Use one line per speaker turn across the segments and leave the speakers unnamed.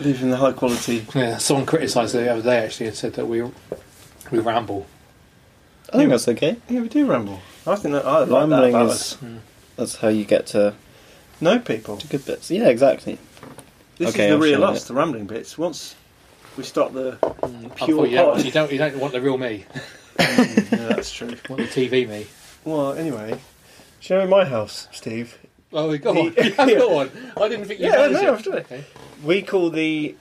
leaving the high quality.
Yeah, someone criticised it the other day actually and said that we we ramble.
Oh.
I think that's okay.
Yeah, we do ramble. I think that I like
Rambling
that about
is
us.
that's how you get to,
No people.
to good bits. Yeah, exactly.
This
Okay,
is the
I'll
real
share
us,
it.
the rambling bits. Once we start the
I
Mm, pure
thought, yeah,
pod.
you don't you don't want the real me,
yeah, that's true.
you want the TV me.
Well, anyway, sharing my house, Steve.
Oh, go on,
Yeah.
go on. I didn't think you.
Yeah, no,
managed it.
I've done it.
Okay.
We call the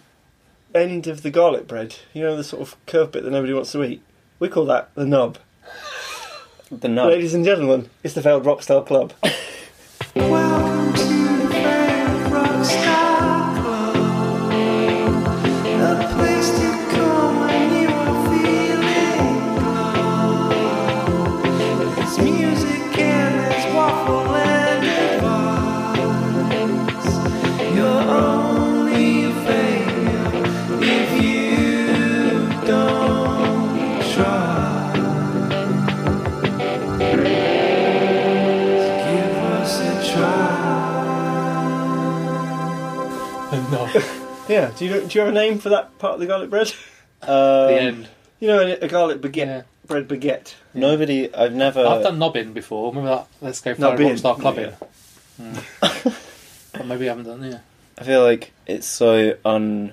end of the garlic bread. You know the sort of curved bit that nobody wants to eat. We call that the nub.
The nut.
Ladies and gentlemen, it's the Veiled Rockstar Club.
Welcome to the Fair Rockstar Club, a place to come when you are feeling low. There's music and there's waffle and advice. You're only a failure if you don't try. Give us a try.
Um,
No,
Yeah. Do you do you have a name for that part of the garlic bread?
Um,
the end.
You know, a, a garlic baguette
Yeah.
bread baguette.
Nobody. I've never.
I've done nobbing before. Remember that? Let's go for a
Nobbing,
rockstar clubbing.
yeah.
Mm. Or maybe I haven't done. Yeah.
I feel like it's so unappealing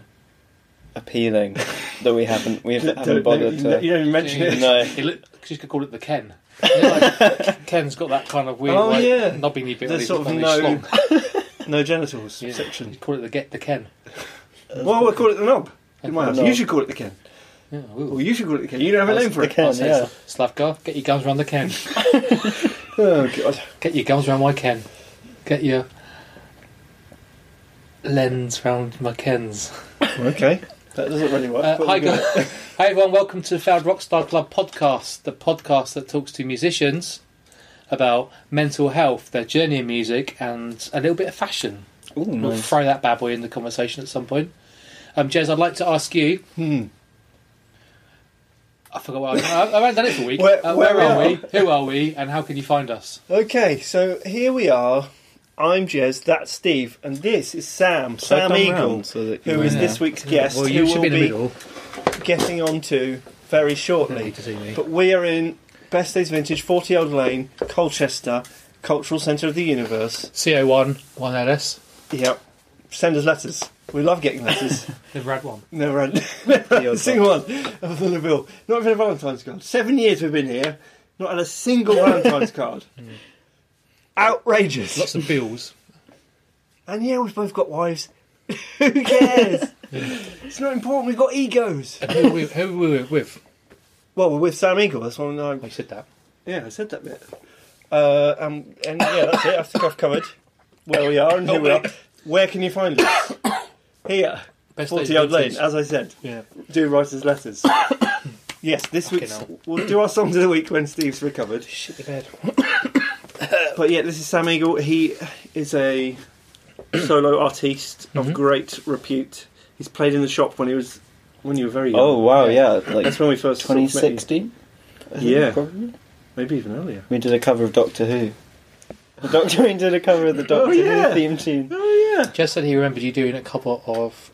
that we haven't we
Don't-
haven't
don't-
bothered
you, don't- you
to.
don't even mention it.
No.
He look, she could call it the Ken. You know, like, Ken's got that kind of weird,
Oh,
like,
yeah.
knobbingy bit.
There's sort
on his-
of
on his
no
schlong.
No genitals
Yeah.
section.
He'd Call it the get the Ken.
Well, we'll call it the knob. In my
The
house.
knob.
You should call it the Ken.
Yeah,
Well,
ooh.
you should call it the Ken. You don't have a name for
The
it.
Ken,
I'd say
yeah.
Slavka, get your guns round the Ken.
Oh, God.
Get your guns round my Ken. Get your lens round my Ken's.
Okay. That doesn't really work.
Uh,
but
hi,
we'll do
gu-
it.
hi everyone. Welcome to the Failed Rockstar Club podcast, the podcast that talks to musicians about mental health, their journey in music, and a little bit of fashion.
Ooh,
We'll
nice.
throw that bad boy in the conversation at some point. Um, Jez, I'd like to ask you.
Hmm.
I forgot what I, I, I haven't done it for a week.
Where-
Uh,
where
where are
we
we? Who are we? And how can you find us?
Okay, so here we are. I'm Jez, that's Steve, and this is Sam,
So I've
Sam
done
Eagle,
round so that you
who is
know.
this week's guest,
Well, you
who
should
will
be in the
be,
middle.
getting on to very
Don't
shortly.
need to see me.
But we are in Best Days Vintage, 40 Old Lane, Colchester, cultural centre of the universe.
CO1, 1LS.
Yep. Send us letters. We love getting letters.
Never had one.
Never had never had a single one other than a bill. Not even a Valentine's card. Seven years we've been here, not had a single Valentine's card. Outrageous.
Lots of bills.
And yeah, we've both got wives. Who cares? it's not important. We've got egos.
And who were we, who were we with?
Well, we're with Sam Eagle. That's one. I,
I said that.
yeah, I said that bit. Uh, um, and yeah, that's it. I think I've covered where we are and who we are. Where can you find us? Here,
Best days
Forty Old Lane.
vintage.
As I said,
Yeah.
do write us letters. yes, this
Fucking
week
hell.
we'll do our songs of the week when Steve's recovered.
Shit the bed.
But yeah, this is Sam Eagle. He is a solo artiste of great repute. He's played in the shop when he was when you were very young.
Oh wow, yeah, like
That's when we first sort of met you.
2016.
Yeah.
probably.
Maybe even earlier.
We did a cover of Doctor Who. The Doctor Who did a cover of the Doctor
Oh, yeah.
Who theme tune.
Oh yeah,
Jez said he remembered you doing a couple of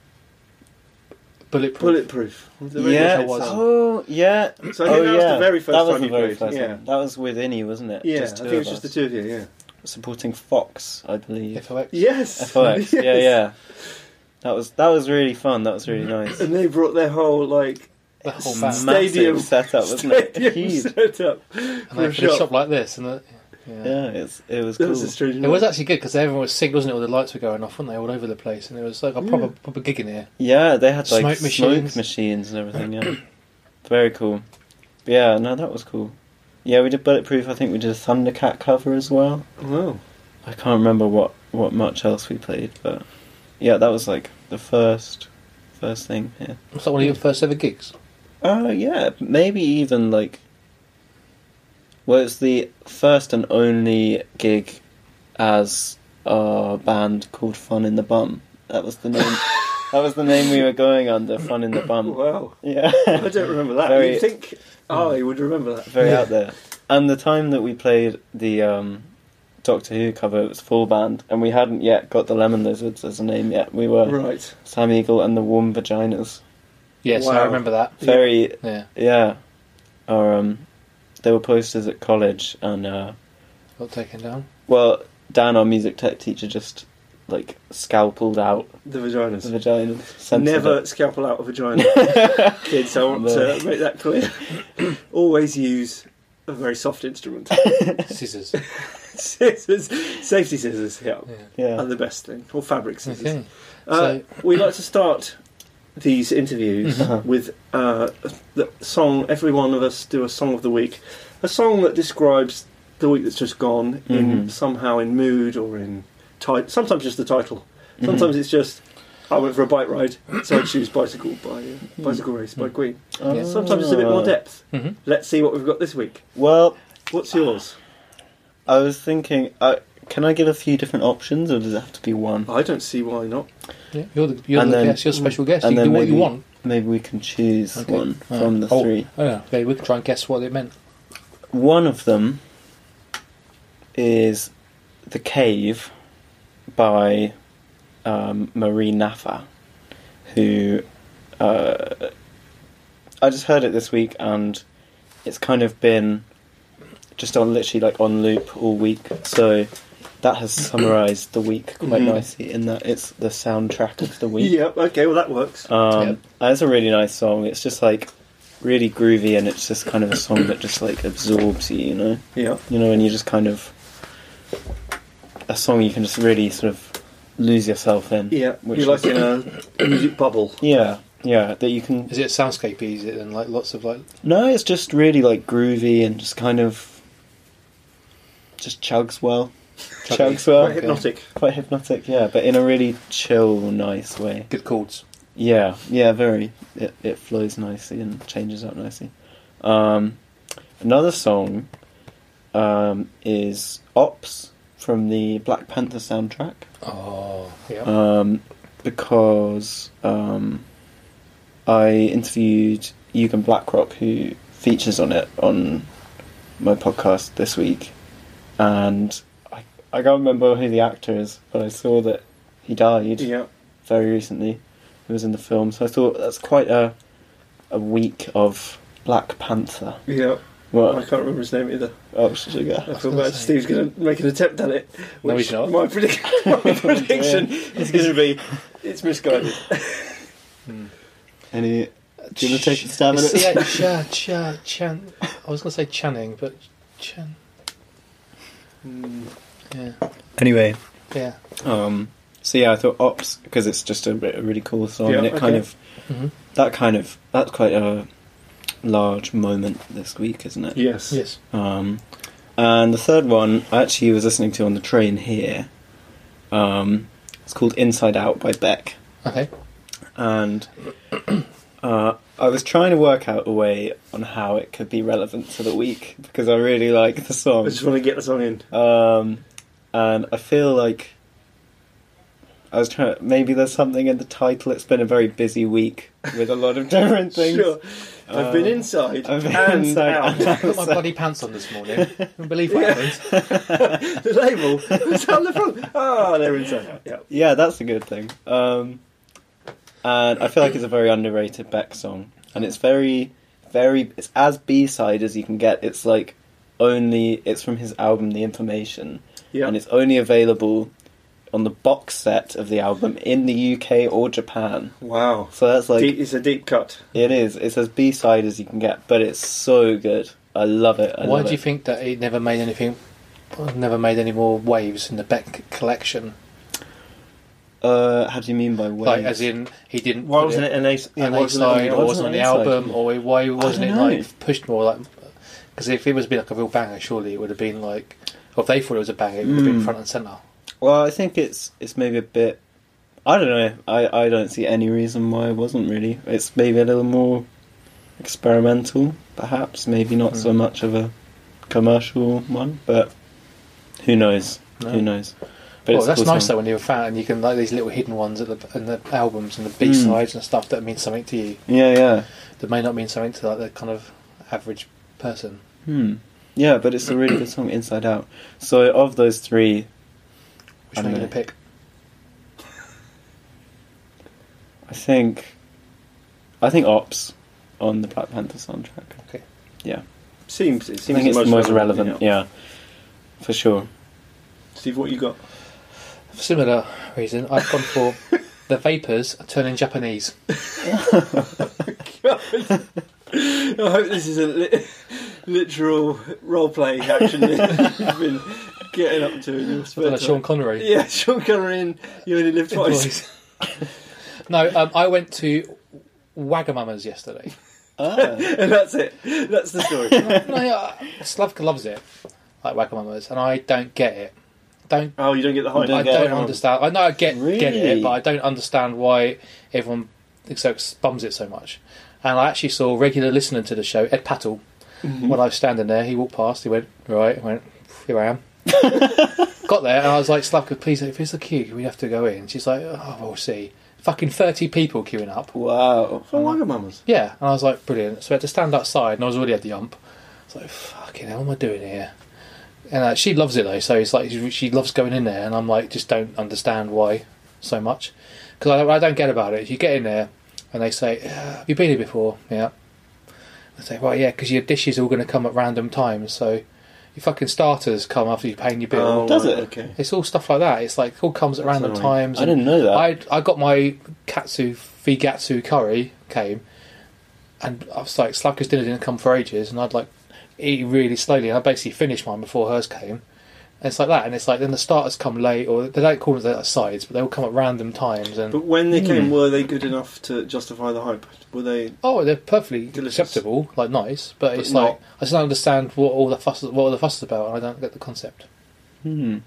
bulletproof.
bulletproof. The radio
yeah.
show was.
Oh yeah.
So I think
oh,
that
yeah.
was the very first
that was
time
the
you
very
played.
first
yeah,
one. That was with Innie, wasn't it?
yeah.
Just
I
two
think it was
of
just the
us.
two of you. Yeah.
supporting Fox, I believe.
FOX.
Yes.
FOX. Yeah,
Yes.
yeah. That was that was really fun. That was really nice.
And they brought their whole like
The whole
Massive
band.
Stadium.
setup, wasn't it?
stadium
Huge.
set up.
And they
for
finished
sure.
up like this. And the, yeah.
Yeah, it's, it was
That
cool.
was a strange.
It was
night.
actually good because everyone was sick, wasn't it? All the lights were going off, weren't they, all over the place? And it was like a proper proper gig in here.
Yeah, they had like
Smoke
smoke,
machines.
machines. and everything. Yeah, very cool. Yeah, no, that was cool. Yeah, we did bulletproof. I think we did a Thundercat cover as well.
Wow.
I can't remember what what much else we played, but yeah, that was like the first first thing here.
Was that one of your first ever gigs?
Oh yeah, maybe even like. Well, it's the first and only gig as a band called Fun in the Bum. That was the name. that was the name we were going under. Fun in the Bum.
Oh, Wow.
Yeah,
I don't remember that.
Um, Very- um,
You'd think I would remember that.
very out there. And the time that we played the um, Doctor Who cover. It was full band, and we hadn't yet got the Lemon Lizards as a name yet. We were
Right.
Sam Eagle and the Warm Vaginas.
Yes, I
Wow.
remember that.
Yeah.
Very
Yeah.
yeah. Or um, there were posters at college, and uh,
Got taken down.
well, Dan, our music tech teacher, just like scalpeled out
The
the
vaginas.
vagina. censored
Never
it.
scalpel out a vagina, kids. I want
No.
to make that clear. Always use a very soft instrument.
Scissors.
scissors, safety scissors, yeah,
Yeah.
are
Yeah.
the best thing, or fabric scissors.
Okay.
Uh, we like to start these interviews
Mhm.
with uh, the song. Every one of us do a song of the week, a song that describes the week that's just gone in
Mhm.
somehow in mood or in title. Sometimes just the title.
Mhm.
Sometimes it's just. I went for a bike ride, so I choose bicycle by uh,
Mm-hmm.
bicycle race by Queen.
Oh.
Yeah.
Sometimes it's a bit more depth.
hmm
Let's see what we've got this week.
Well,
What's yours?
I was thinking, uh, can I give a few different options, or does it have to be one?
I don't see why not.
Yeah, you're the, you're the
And then-
guest, you're a special guest. You
and
can do
then
what you
maybe-
want.
Maybe we can choose
Okay.
one
Alright.
from the
Oh.
three.
Oh, yeah. Okay, we can try and guess what it meant.
One of them is The Cave by um, Marie Naffa, who uh, I just heard it this week and it's kind of been just on literally like on loop all week. So that has summarised the week quite
Mhm.
Mm.
nicely in that it's the soundtrack of the week.
Yep. Okay. Well, that works.
Um,
Yep.
and It's a really nice song. It's just like really groovy, and it's just kind of a song that just like absorbs you. You know,
Yeah.
you know, and you just kind of a song you can just really sort of lose yourself in.
Yeah,
Which
you're like
is-
in a music bubble.
yeah, yeah. That you can.
Is it soundscape? Is it and like lots of like?
No, it's just really like groovy and just kind of just chugs well.
Chuggy.
Chugs well.
Quite hypnotic.
Quite hypnotic, yeah, but in a really chill, nice way.
Good chords.
Yeah, yeah, very. It, it flows nicely and changes up nicely. Um, another song um, is Ops from the Black Panther soundtrack
Oh, yeah.
um, because um, I interviewed Eugen Blackrock, who features on it on my podcast this week, and I, I can't remember who the actor is, but I saw that he died
Yeah.
very recently. It was in the film, so I thought that's quite a a week of Black Panther.
Yeah. I
What?
can't remember his name either.
Oh, sugar.
I feel
gonna
bad.
say-
Steve's going to make an attempt at it.
No,
which
he's not.
My, predic- my prediction is going to be it's misguided.
Any? Do you want to take a stab at it?
Yeah, cha, cha, chan. I was going to say Channing, but Chan. Hmm. Yeah,
Anyway,
yeah.
um, so yeah, I thought Ops because it's just a, bit- a really cool song,
Yeah,
and it kind
okay.
of
hmm
that kind of that's quite a large moment this week, isn't it?
Yes.
Yes.
Um, and the third one I actually was listening to on the train here. Um, it's called Inside Out by Beck.
Okay.
and uh, I was trying to work out a way on how it could be relevant to the week because I really like the
I
song,
just want to get the song in.
um, and I feel like I was trying. Maybe there's something in the title. It's been a very busy week with a lot of different things.
Sure. I've been
Um,
inside
I've been
and
inside
out. Oh
and out.
I put my bloody pants on this morning. Can't believe what
Yeah.
happened.
the label was on the front. Ah, they're inside. Yeah.
Yeah, that's a good thing. Um, and I feel like it's a very underrated Beck song, and it's very, very. It's as B side as you can get. It's like only. It's from his album, The Information,
Yeah.
and it's only available on the box set of the album in the UK or Japan.
wow.
So that's like
Deep- it's a deep cut.
it is. It's as B side as you can get, but it's so good. I love it. I
Why
love
do you
it.
think that it never made anything? Never made any more waves in the Beck collection.
Uh, how do you mean by waves?
Like, as in, he didn't.
Why
put
wasn't it an ace?
yeah,
why
an A
wasn't it on the
side
album?
or wasn't on
wasn't it
the
an A-side?
album, or why wasn't it
know.
like pushed more? Like, because if it was been like a real banger, surely it would have been like, or if they thought it was a banger, it would have been
Mm.
front and center.
Well, I think it's it's maybe a bit. I don't know. I, I don't see any reason why it wasn't really. It's maybe a little more experimental, perhaps. Maybe not so
Mm.
much of a commercial one, but who knows?
No.
Who knows? But
Well,
it's a
that's
cool
nice
song.
though when you're a fan and you can like these little hidden ones at the and the albums and the B
Hmm.
sides and stuff that mean something to you
Yeah, yeah.
that may not mean something to like the kind of average person.
Hmm. Yeah, but it's a really good song, Inside Out. So of those three,
Which
I
one are you
know.
going to pick?
I think, I think Ops on the Black Panther soundtrack.
Seems it
I
seems
think it's the most relevant.
Yeah.
Yeah, for sure.
Steve, what you got?
For similar reason, I've gone for the vapors turning Japanese.
I hope this is a li- literal role playing action that you've been getting up to in your
I don't know,
spare
Sean
time.
Connery.
Yeah, Sean Connery in You Only Live Twice.
no, um, I went to Wagamama's yesterday.
Ah,
and that's it. That's the story.
No, yeah, uh, Slavka loves it, like Wagamama's, and I don't get it. Don't
oh, you don't get the hype.
You don't
I
get
don't
it.
understand. I know I get get it,
Really?
but I don't understand why everyone except bums it so much. And I actually saw a regular listener to the show, Ed Pattle,
Mm-hmm.
when I was standing there. He walked past. He went right. I went here I am. Got there and I was like, Slavka, please, if it's a queue, we have to go in. She's like, oh, we'll see. Fucking thirty people queuing up.
wow.
For Wagamamas.
Yeah, and I was like, brilliant. So I had to stand outside, and I was already at the ump. I was like, fucking hell, am I doing here? And uh, she loves it though, so it's like she- she loves going in there, and I'm like, just don't understand why so much because I don't, I don't get about it. You get in there, and they say, "Uh, "Have you been here before?" Yeah. I say, "Well, yeah, because your dishes are all going to come at random times, so your fucking starters come after you're paying your bill."
does it?
Oh, Okay.
It's all stuff like that. It's like it all comes at
That's
random
annoying.
times.
I
and-
didn't know that.
I I got my katsu figatsu curry came, and I was like, Slavka's dinner didn't come for ages, and I'd like eat really slowly, and I basically finished mine before hers came. And it's like that, and it's like then the starters come late, or they don't call them the sides, but they all come at random times, and
But when they
Hmm.
came, were they good enough to justify the hype? Were they?
oh, they're perfectly
Delicious.
acceptable, like nice, but,
But
it's
not-
like I just don't understand what all the fuss what all the fuss is about, and I don't get the concept.
Hmm.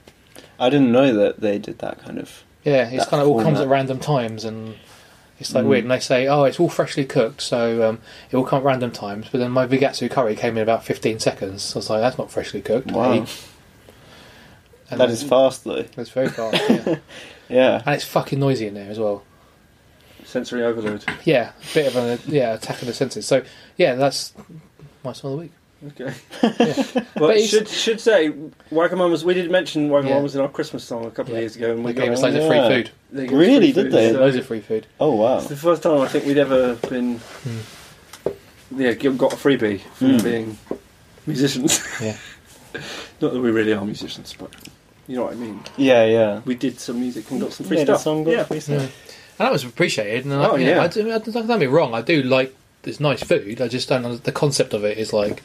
I didn't know that they did that kind of.
Yeah, it's
That
kind of all comes
format.
at random times, and it's like
Mm.
weird. And they say, "Oh, it's all freshly cooked, so um, it will come at random times." But then my vigatsu curry came in about fifteen seconds. So I was like, "That's not freshly cooked."
Wow.
Hey. And
That is fast though.
That's very fast, yeah.
Yeah.
and it's fucking noisy in there as well.
Sensory overload.
Yeah, a bit of an yeah attack of the senses. So yeah, that's my song of the week.
Okay.
Yeah.
Well,
But it's-
should should say Wagamamas. We did mention Wagamamas in our Christmas song a couple
Yeah.
of years ago, and we
They
got
gave us loads of free
yeah.
food.
they gave us
Really,
free
did
food,
they?
so-
Loads of free food.
Oh wow.
It's the first time I think we'd ever been,
Hmm.
yeah, g- got a freebie from
Mm.
being musicians.
Yeah.
Not that we really are musicians, but you know what I mean.
Yeah, yeah.
We did some music and got some free
Made a
stuff.
song, got
yeah.
free
Yeah.
stuff.
And that was appreciated. And I,
Oh,
yeah,
yeah.
I do, I, don't get me wrong, I do like this nice food. I just don't. The concept of it is like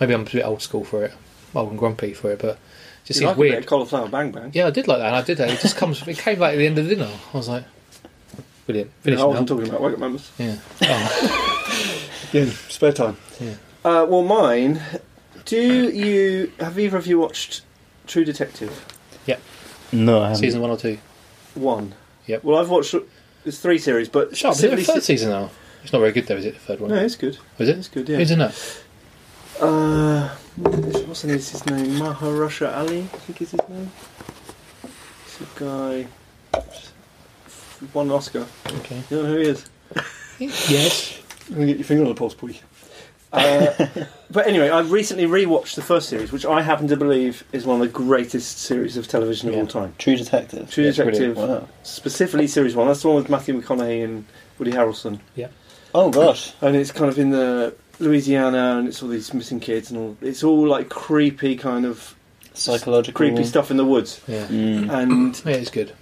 maybe I'm a bit old school for it, old and grumpy for it, but it just
You
seems
like a bit
weird.
of cauliflower bang bang.
yeah, I did like that. And I did that. It just comes. it came like at the end of the dinner. I was like, brilliant. Finish
I
now.
wasn't talking about Wagamamas.
Yeah. Oh,
Yeah, spare time.
Yeah.
Uh, well, mine. Do you have either of you watched True Detective
No, I haven't.
season one or two.
one?
Yep.
Well, I've watched. There's three series, but
Sharp. Is it the
specifically
third
se-
season now? It's not very good though, is it? The third one.
No, it's good.
Is it?
It's good. Yeah.
Who's in that?
Uh, what's his, his name? Maharasha Ali, I think is his name. It's a guy. One Oscar.
Okay.
You know who he is?
Yes.
You get your finger on the pulse, please. Uh, but anyway, I've recently rewatched the first series, which I happen to believe is one of the greatest series of television of
Yeah.
all time.
True Detective.
True
That's
Detective.
brilliant. Wow.
Specifically, series one. That's the one with Matthew McConaughey and Woody Harrelson.
Oh gosh.
and it's kind of in the Louisiana, and it's all these missing kids, and all. It's all like creepy kind of
Psychological.
creepy stuff in the woods.
Yeah.
Mm.
And
Yeah, it's good.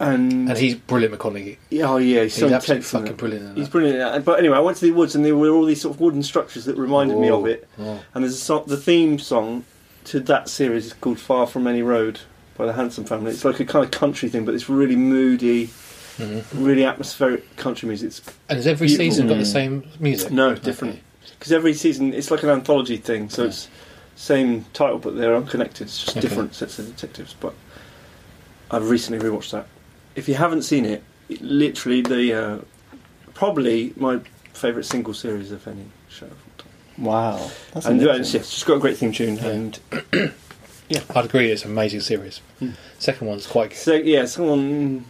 and,
And he's brilliant, McConaughey.
yeah, oh yeah, he's
He's
so
absolutely
intense. in
fucking
that.
brilliant. In
He's
that.
brilliant. at that. But anyway, I went to the woods and there were all these sort of wooden structures that reminded me of
Whoa.
it.
Oh.
And there's a song, the theme song to that series is called "Far from Any Road" by the Handsome Family. It's like a kind of country thing, but it's really moody,
hmm
really atmospheric country music. It's
And has every
Beautiful.
season got the
Mm.
same music?
No, different. Because every season, it's like an anthology thing, so
Yeah.
it's same title, but they're unconnected. It's just
Okay.
different sets of detectives. But I've recently rewatched that. If you haven't seen it, it literally the uh, probably my favourite single series of any show. of all time.
Wow. That's
and uh, it's,
amazing.
yeah, it's just got a great theme tune.
Yeah.
And
Okay. I'd agree, it's an amazing series.
Mm.
Second one's quite good.
so yeah, someone.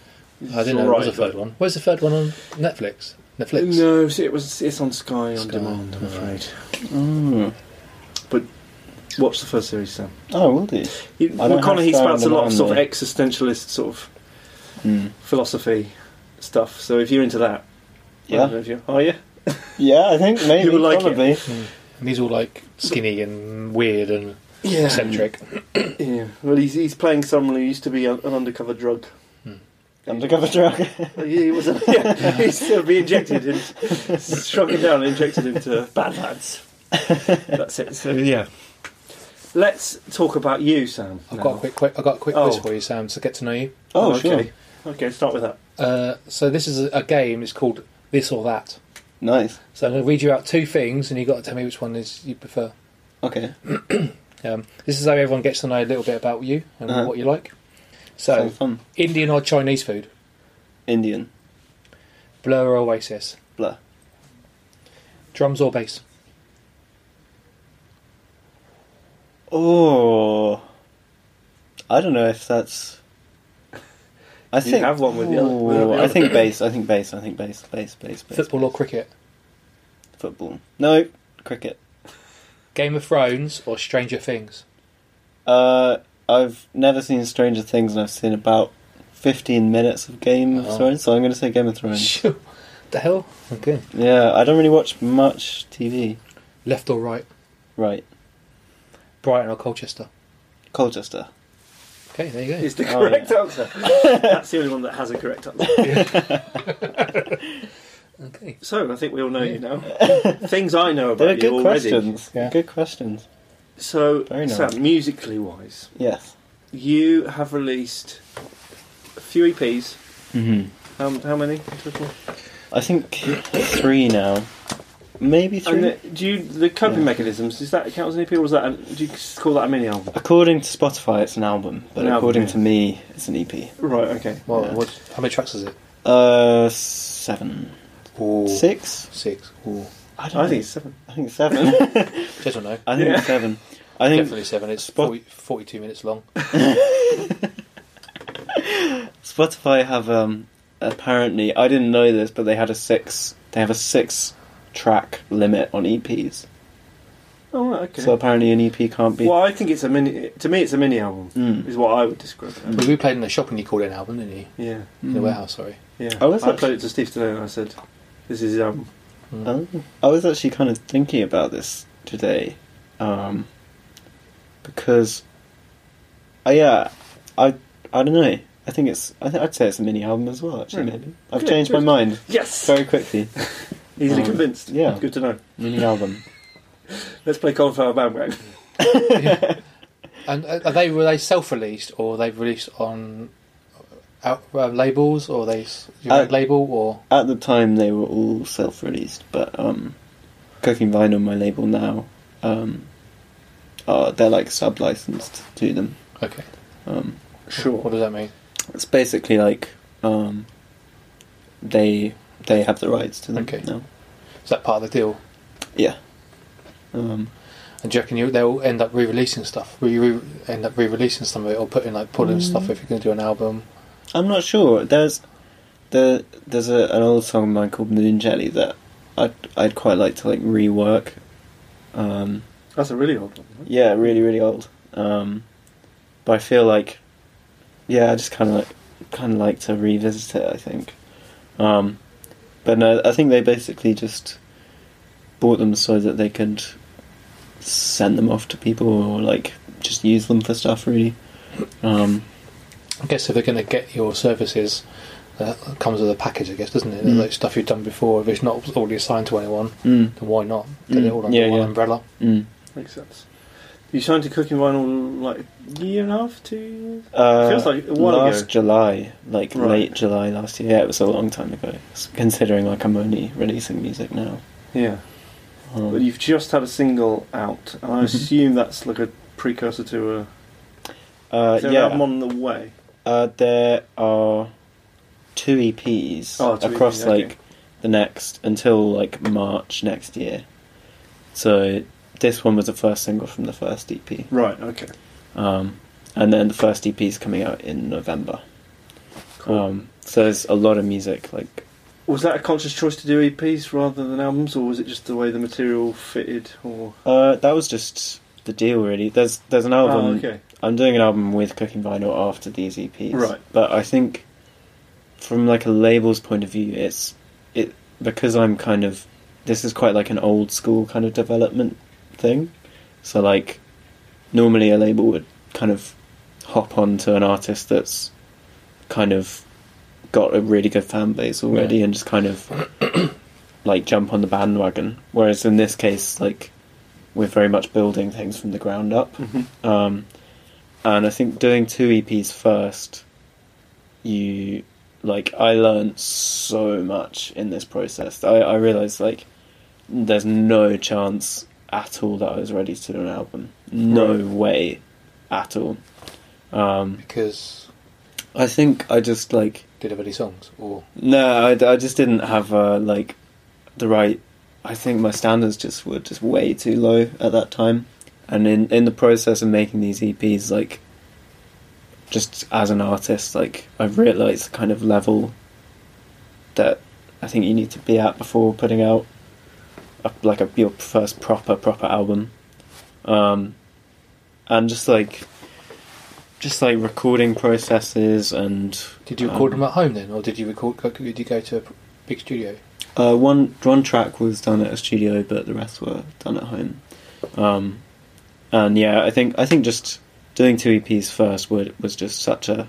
I didn't know there was a third one. Where's the third one on Netflix? Netflix.
No, it was it's on Sky,
Sky,
on demand. I'm
alright.
afraid.
Mm.
But watch the first series, Sam.
Oh, will do.
You,
I don't have
McConaughey
Star
spouts a
on the
lot of
Line,
sort of
though.
existentialist sort of
Hmm.
philosophy stuff. So if you're into that, I
Yeah.
don't know if you are you?
Yeah, I think maybe
You will like it.
probably.
And he's all like skinny and weird and
Yeah.
eccentric.
Yeah. Well, he's he's playing someone who used to be an an undercover drug.
Undercover drug.
Uh, He was a, yeah, he's uh, be injected and shrunk him down and injected into bad lads. That's it. So yeah. Let's talk about you, Sam.
I've
now.
got a quick, quick I've got a quick quiz
Oh.
for you, Sam, to get to know you.
Oh,
okay.
sure.
Okay, start with that.
Uh, so this is a, a game. It's called This or That.
Nice.
So I'm going to read you out two things, and you got to tell me which one is you prefer.
Okay.
Um, this is how everyone gets to know a little bit about you and
Uh-huh.
what you like. So
So fun.
Indian or Chinese food,
Indian.
Blur or Oasis,
Blur.
drums or bass.
Oh, I don't know if that's. I
You
think
have one with the other- with the
Ooh,
other.
I think base. I think base. I think base. Base. Base. Base.
Football or cricket,
Football. No cricket.
Game of Thrones or Stranger Things.
Uh, I've never seen Stranger Things, and I've seen about fifteen minutes of Game of
Oh.
Thrones, so I'm going to say Game of Thrones.
Sure. the hell? Okay.
yeah, I don't really watch much TV.
Left or right,
Right,
Brighton or Colchester.
Colchester.
Okay, there you go.
Is the
Oh,
correct answer. That's the only one that has a correct answer.
okay.
So I think we all know you now. Things I know
They're
about you
good
already.
questions.
Yeah.
Good questions.
So
Very nice.
Sam, musically wise,
Yes.
you have released a few EPs.
Mm-hmm.
How, how many? in total?
I think three now, maybe three.
And the, do you the coping
Yeah.
mechanisms? Does that count as an EP, or is that? A, do you call that a mini album?
According to Spotify, it's an album, but
An album,
according
yeah.
to me, it's an E EP.
Right. Okay.
Well,
Yeah.
what, how many tracks is it?
Uh, seven,
Ooh.
six.
Six. Ooh.
I don't.
I
know.
think it's seven.
I think it's seven.
Just don't know.
I think
Yeah.
it's seven. I think
Definitely seven. It's
Spot-
40, 42 minutes long.
Spotify have um apparently I didn't know this, but they had a six. They have a six track limit on EPs.
Oh, right, okay.
So apparently an EP can't be.
well, I think it's a mini. To me, it's a mini album.
Mm.
Is what I would describe. It.
But we played in the shop and you called it an album, didn't you?
Yeah.
Mm.
In the warehouse, sorry.
Yeah.
Oh, is
I
it?
played it to Steve today, and I said, "This is his album."
Mm.
Oh, I was actually kind of thinking about this today, um, because, uh, yeah, I I don't know. I think it's I think I'd say it's a mini album as well. Actually,
Hmm.
maybe I've
Good,
changed
good.
my mind
Yes.
very quickly.
Easily
Um,
convinced.
yeah.
Good to know.
mini album.
Let's play Cauliflower Bandwagon.
And uh, are they were they self-released or they released on out, uh, labels or they s- your
Uh,
own label or
At the time, they were all self-released, but um, Cooking Vinyl, my label now, um, uh, they're like sub-licensed to them.
okay?
Um,
What does that mean?
it's basically like um, they they have the rights to them
Okay.
now.
Is that part of the deal?
Yeah. Um,
And do you reckon you, they'll end up re-releasing stuff? Will you re- end up re-releasing some of it or putting like pulling
Mm.
stuff if you're going to do an album?
I'm not sure. There's the there's a, an old song of mine called Moon Jelly that I'd I'd quite like to like rework. Um,
That's a really old one. right?
yeah, really really old. Um, but I feel like yeah, I just kind of like kind of like to revisit it. I think. Um, but no, I think they basically just bought them so that they could send them off to people or like just use them for stuff really. Um,
I guess if they're going to get your services, that comes with a package, I guess, doesn't it?
Mm.
Like stuff you've done before. If it's not already assigned to anyone, then
mm,
why not get it
Mm.
all under
Yeah,
one
yeah.
umbrella?
mm.
Makes sense. You signed to Cooking Vinyl like a year and a half, two years?
Uh,
Feels like a while
last
ago.
July, like
Right.
late July last year. Yeah, it was a long time ago. s- Considering like I'm only releasing music now.
Yeah.
Um,
But you've just had a single out, and
Mm-hmm.
I assume that's like a precursor to a.
uh,
is there
yeah,
an album on the way?
uh, there are two EPs
Oh, two
across
EPs, okay.
like the next until like March next year. So this one was the first single from the first EP,
Right, okay.
um, and then the first EP is coming out in November.
Cool.
Um, so there's a lot of music like
was that a conscious choice to E do EPs rather than albums, or was it just the way the material fitted? Or
Uh, that was just the deal really. There's there's an album.
Oh, okay.
I'm doing an album with Cooking Vinyl after these EPs.
Right.
But I think from like a label's point of view, it's it because I'm kind of this is quite like an old school kind of development thing. So like normally a label would kind of hop on to an artist that's kind of got a really good fan base already
Yeah.
and just kind of like jump on the bandwagon. Whereas in this case, like we're very much building things from the ground up.
Mhm.
Um, and I think doing two EPs first, you like I learned so much in this process. I, I realized like there's no chance at all that I was ready to do an album. No
Right.
way at all. Um,
because
I think I just like
did have any songs or
no, I, I just didn't have uh, like the right. I think my standards just were just way too low at that time, and in in the process of making these EPs, like just as an artist, like I've realised the kind of level that I think you need to be at before putting out a, like a your first proper proper album, um, and just like just like recording processes and
did you record
um,
them at home then, or did you record? Did you go to a p- big studio?
Uh, one one track was done at a studio, but the rest were done at home. Um, and yeah, I think I think just doing two EPs first was was just such a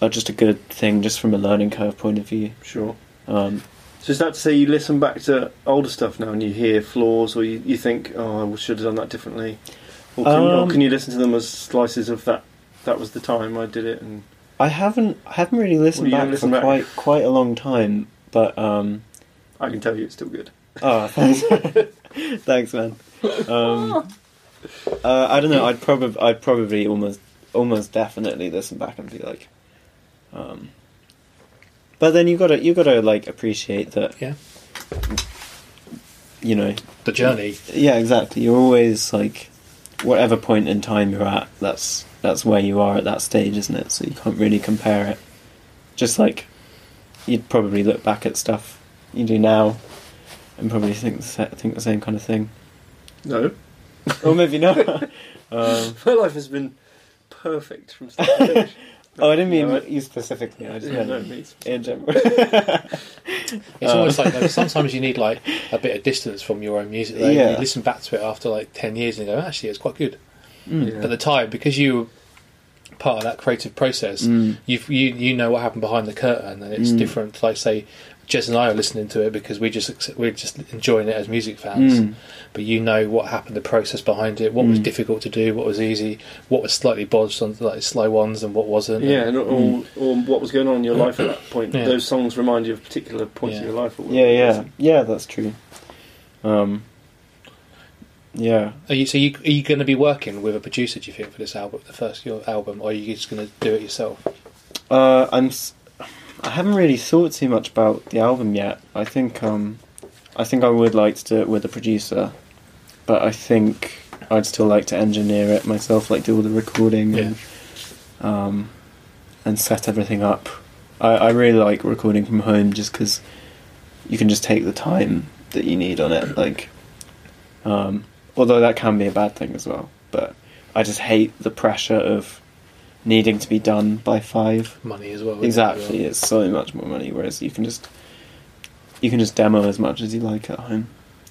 uh, just a good thing, just from a learning curve point of view.
Sure.
Um,
So is that to say you listen back to older stuff now and you hear flaws, or you, you think, oh, I should have done that differently, or can,
Um,
or can you listen to them as slices of that? That was the time I did it, and
I haven't I haven't really
Well,
listened
you
back
haven't listened
for
back.
quite quite a long time, but um,
I can tell you it's still good.
oh thanks thanks man. Um, uh, I don't know. I'd probably I'd probably almost almost definitely listen back and be like. Um, but then you gotta you gotta like appreciate that
Yeah,
you know
the journey.
yeah exactly you're always like whatever point in time you're at that's that's where you are at that stage isn't it so you can't really compare it just like you'd probably look back at stuff you do now and probably think the, sa- think the same kind of thing
No,
or maybe not um,
my life has been perfect from start to finish.
oh I didn't mean
No, I-
you specifically I just
yeah,
meant Hmm.
no, me.
in general
It's
Uh.
almost like like, sometimes you need like a bit of distance from your own music. Though.
Yeah.
You listen back to it after like ten years and you go, actually, it's quite good.
Yeah.
Mm.
But at the time, because you were part of that creative process,
Mm.
you've, you you know what happened behind the curtain, and it's
Mm.
different. Like say, Jez and I are listening to it because we just accept- we're just enjoying it as music fans.
Mm.
But you know what happened, the process behind it, what was
Mm.
difficult to do, what was easy, what was slightly bodged on like slow ones, and what wasn't.
Yeah, and all,
Hmm.
all what was going on in your life at that point.
Yeah.
Those songs remind you of particular points
Yeah.
of your life. Or
yeah yeah yeah that's true um yeah
Are you, so you, are you going to be working with a producer? Do you think for this album, the first your album, or are you just going to do it yourself?
Uh, I'm. s- I haven't really thought too much about the album yet. I think. Um, I think I would like to do it with a producer, but I think I'd still like to engineer it myself, like do all the recording and um, and set everything up. I, I really like recording from home just because you can just take the time that you need on it. Like, um, although that can be a bad thing as well, but I just hate the pressure of needing to be done by five.
money as well. isn't it?
Exactly, it's so much more money. Whereas you can just you can just demo as much as you like at home.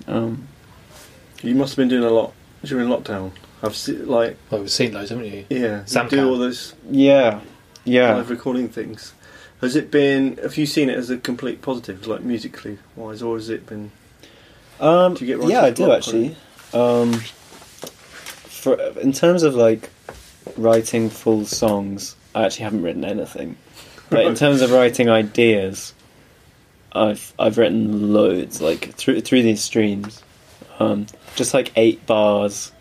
Um,
You must have been doing a lot during lockdown. I've seen like
Well, we've seen loads, haven't you?
yeah,
Sam
you do
can.
all those
yeah, yeah.
live recording things. Has it been? Have you seen it as a complete positive, like musically wise, or has it been?
Um,
Do you get writer's
yeah, I do
block,
actually. Um, for in terms of like writing full songs, I actually haven't written anything. But in terms of writing ideas, I've I've written loads like through through these streams, um, just like eight bars,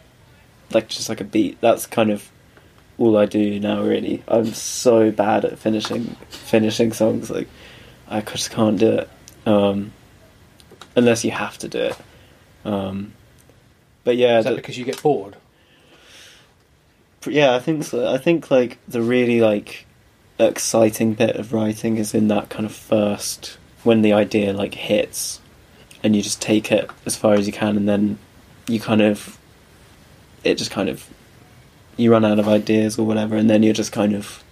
like just like a beat. That's kind of all I do now. Really, I'm so bad at finishing finishing songs. Like I just can't do it. Um, unless you have to do it. Um, but yeah,
Is that
the-
because you get bored?
yeah, I think so. I think like the really like exciting bit of writing is in that kind of first when the idea like hits, and you just take it as far as you can, and then you kind of it just kind of you run out of ideas or whatever, and then you're just kind of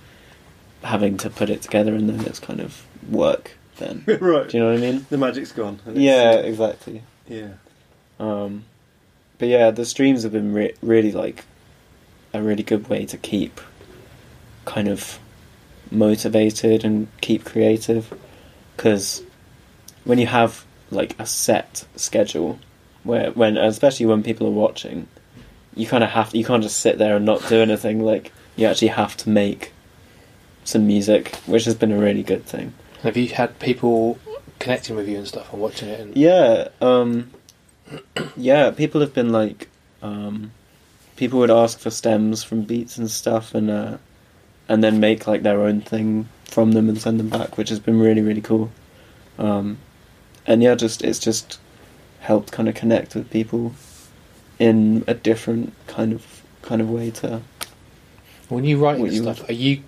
having to put it together, and then it's kind of work. Then do
right.
you know what I mean?
The magic's gone. and it's-
Yeah, exactly.
Yeah.
Um, but yeah, the streams have been re- really like a really good way to keep kind of motivated and keep creative because when you have like a set schedule where when especially when people are watching you kind of have you can't just sit there and not do anything like you actually have to make some music which has been a really good thing
Have you had people connecting with you and stuff and watching it? And
yeah, um, yeah. People have been like, um, people would ask for stems from beats and stuff, and uh, and then make like their own thing from them and send them back, which has been really really cool. Um, and yeah, just it's just helped kind of connect with people in a different kind of kind of way to
when you write
What you
stuff, are you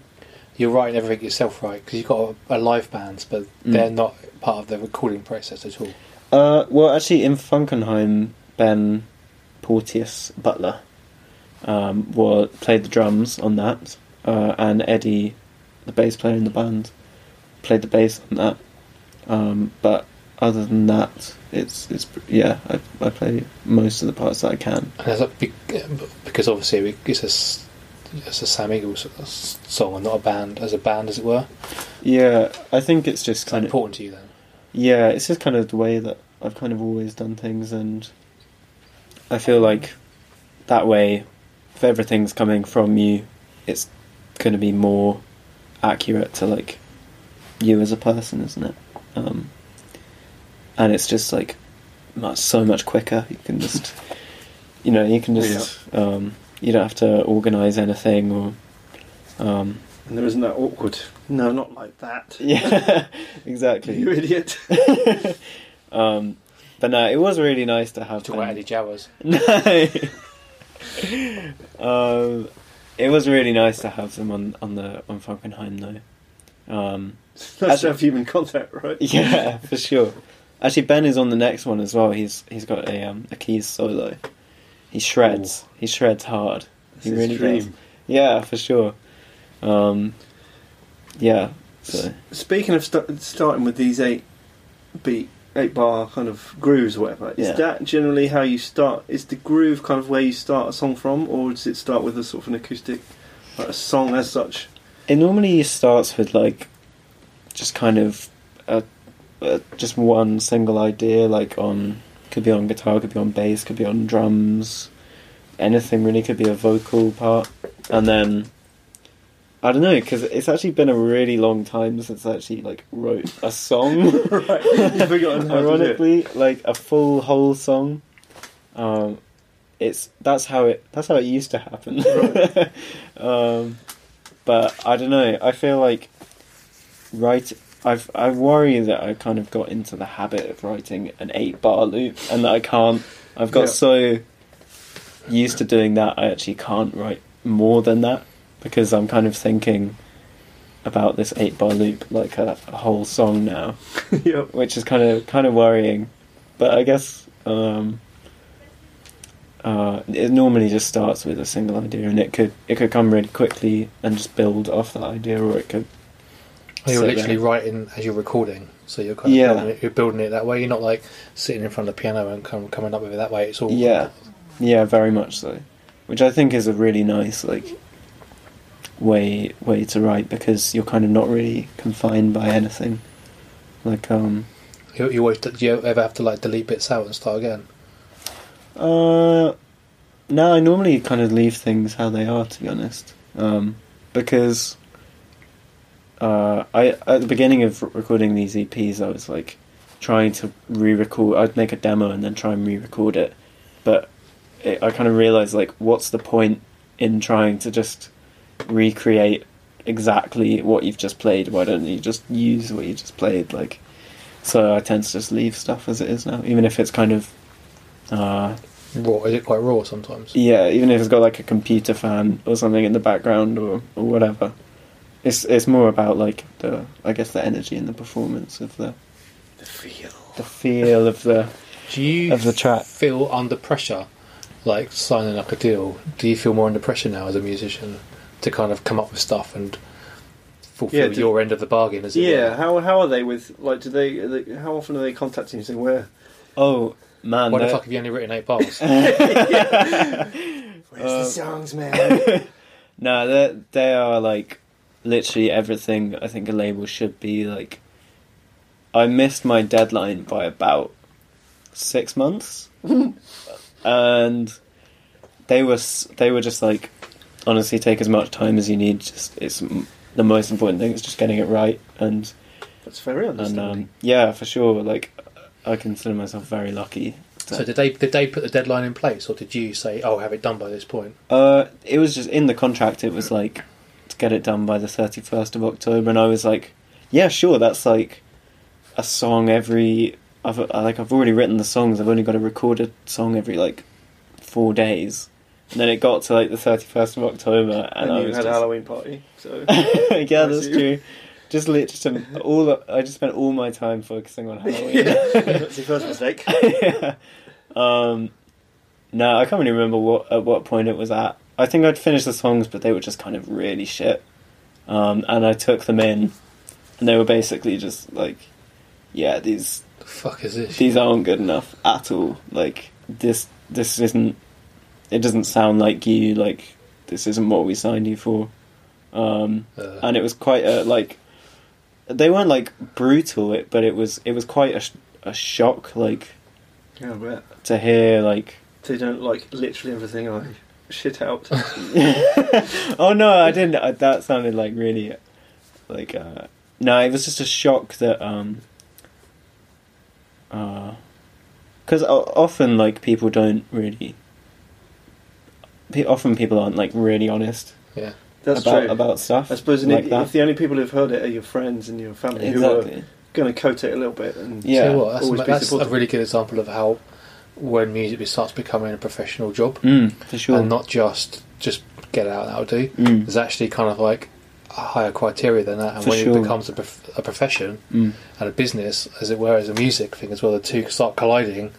you're writing everything yourself, right? Because you've got a, a live band, but
Mm.
they're not part of the recording process at all.
Uh, well, actually, in Funkenheim, Ben Porteous Butler um, was, played the drums on that, uh, and Eddie, the bass player in the band, played the bass on that. Um, but other than that, it's it's yeah, I, I play most of the parts that I can.
And that's a big, because obviously it's a s- it's a Sam Eagles s- song and not a band as a band, as it were.
Yeah, I think it's just
It's
kind of
important to you then.
yeah, it's just kind of the way that I've kind of always done things, and I feel like that way, if everything's coming from you, it's going to be more accurate to like you as a person, isn't it? Um, and it's just like mu- so much quicker. You can just, you know, you can just, um, you don't have to organize anything or. Um,
And there isn't that awkward. No, not like that.
yeah, exactly.
You idiot.
Um, but no, it was really nice to have.
Talk about Eddie Jowers.
Ben- no. um, it was really nice to have them on on the on Falkenheim though. Um,
That's to have human contact, right?
yeah, for sure. Actually, Ben is on the next one as well. He's he's got a um, a keys solo. He shreds. He shreds hard.
That's
He
his
really
dream.
does. Yeah, for sure. Um, yeah. So
Speaking of st- starting with these eight beat, eight bar kind of grooves or whatever, is
Yeah.
that generally how you start? Is the groove kind of where you start a song from, or does it start with a sort of an acoustic, like a song as such?
It normally starts with like just kind of a, a, just one single idea, like on could be on guitar, could be on bass, could be on drums, anything really could be a vocal part, and then I don't know because it's actually been a really long time since I actually like wrote a song.
right, you've forgotten how to do it.
Ironically, like a full whole song. Um, it's that's how it that's how it used to happen. um, but I don't know. I feel like right. I've I worry that I kind of got into the habit of writing an eight bar loop and that I can't. I've got
Yeah.
so used to doing that. I actually can't write more than that because I'm kind of thinking about this eight bar loop like a, a whole song now
yep.
which is kind of kind of worrying. But I guess um, uh, it normally just starts with a single idea, and it could it could come really quickly and just build off that idea, or it could.
You're
sit
literally
there.
writing as you're recording, so you're kind of
Yeah.
building it, you're building it that way. You're not like sitting in front of the piano and come, coming up with it that way. It's all
Yeah, yeah, very much so. Which I think is a really nice like way way to write because you're kind of not really confined by anything. Like um,
You, you always do you ever have to like delete bits out and start again?
Uh, no, I normally kind of leave things how they are, to be honest. Um, because uh, I at the beginning of r- recording these EPs, I was like trying to re-record. I'd make a demo and then try and re-record it, but it, I kind of realized like, what's the point in trying to just recreate exactly what you've just played? Why don't you just use what you just played? Like, so I tend to just leave stuff as it is now, even if it's kind of. Uh,
Raw is it quite raw sometimes?
yeah, even if it's got like a computer fan or something in the background or, or whatever. It's it's more about like the I guess the energy and the performance of the
The feel.
the feel of the
Do you
Of the track.
feel under pressure like signing up a deal, do you feel more under pressure now as a musician to kind of come up with stuff and fulfill
Yeah, to-
your end of the bargain? As it
Yeah,
were?
how how are they with like? Do they, are they- how often are they contacting you saying where?
Oh man,
Why
no-
the fuck have you only written eight bars?
Where's the songs, man?
No, they they are like literally everything I think a label should be like. I missed my deadline by about six months, and they were s- they were just like, honestly, take as much time as you need. Just it's m- the most important thing is just getting it right, and
That's very
and
understandable.
um, yeah, for sure. Like I consider myself very lucky.
so did they did they put the deadline in place, or did you say, "Oh, have it done by this point"?
Uh, it was just in the contract. It was like to get it done by the thirty first of October, and I was like, yeah, sure. That's like a song every. I've I- like I've already written the songs. I've only got to record a song every like four days, and then it got to like the thirty first of October, and,
and,
I
you
was
had a
just,
Halloween party, so
yeah, that's
you.
true. Just literally all I just spent all my time focusing on Halloween.
that's your first mistake.
Um, no, I can't really remember what at what point it was at. I think I'd finished the songs, but they were just kind of really shit. Um, and I took them in, and they were basically just like, yeah, these
The fuck is this?
these aren't good enough at all. Like this this isn't. It doesn't sound like you. Like this isn't what we signed you for. Um,
Uh,
and it was quite a like they weren't like brutal it but it was it was quite a, sh- a shock like
Yeah, I bet.
to hear like
They don't like literally everything I shit out.
oh no i didn't uh, that sounded like really like uh no it was just a shock that um uh because often like people don't really pe- often people aren't like really honest
yeah.
That's
about
true.
about stuff
I suppose and
like
if,
that.
if the only people who've heard it are your friends and your family who are
exactly
going to coat it a little bit, and
Yeah.
Tell you what, that's,
always be
that's a
supportive.
really good example of how when music starts becoming a professional job
mm, for sure
and not just just get out that'll do.
Mm,
There's actually kind of like a higher criteria than that, and
For
when
sure.
it becomes a, prof- a profession
mm,
and a business, as it were, as a music thing as well, the two start colliding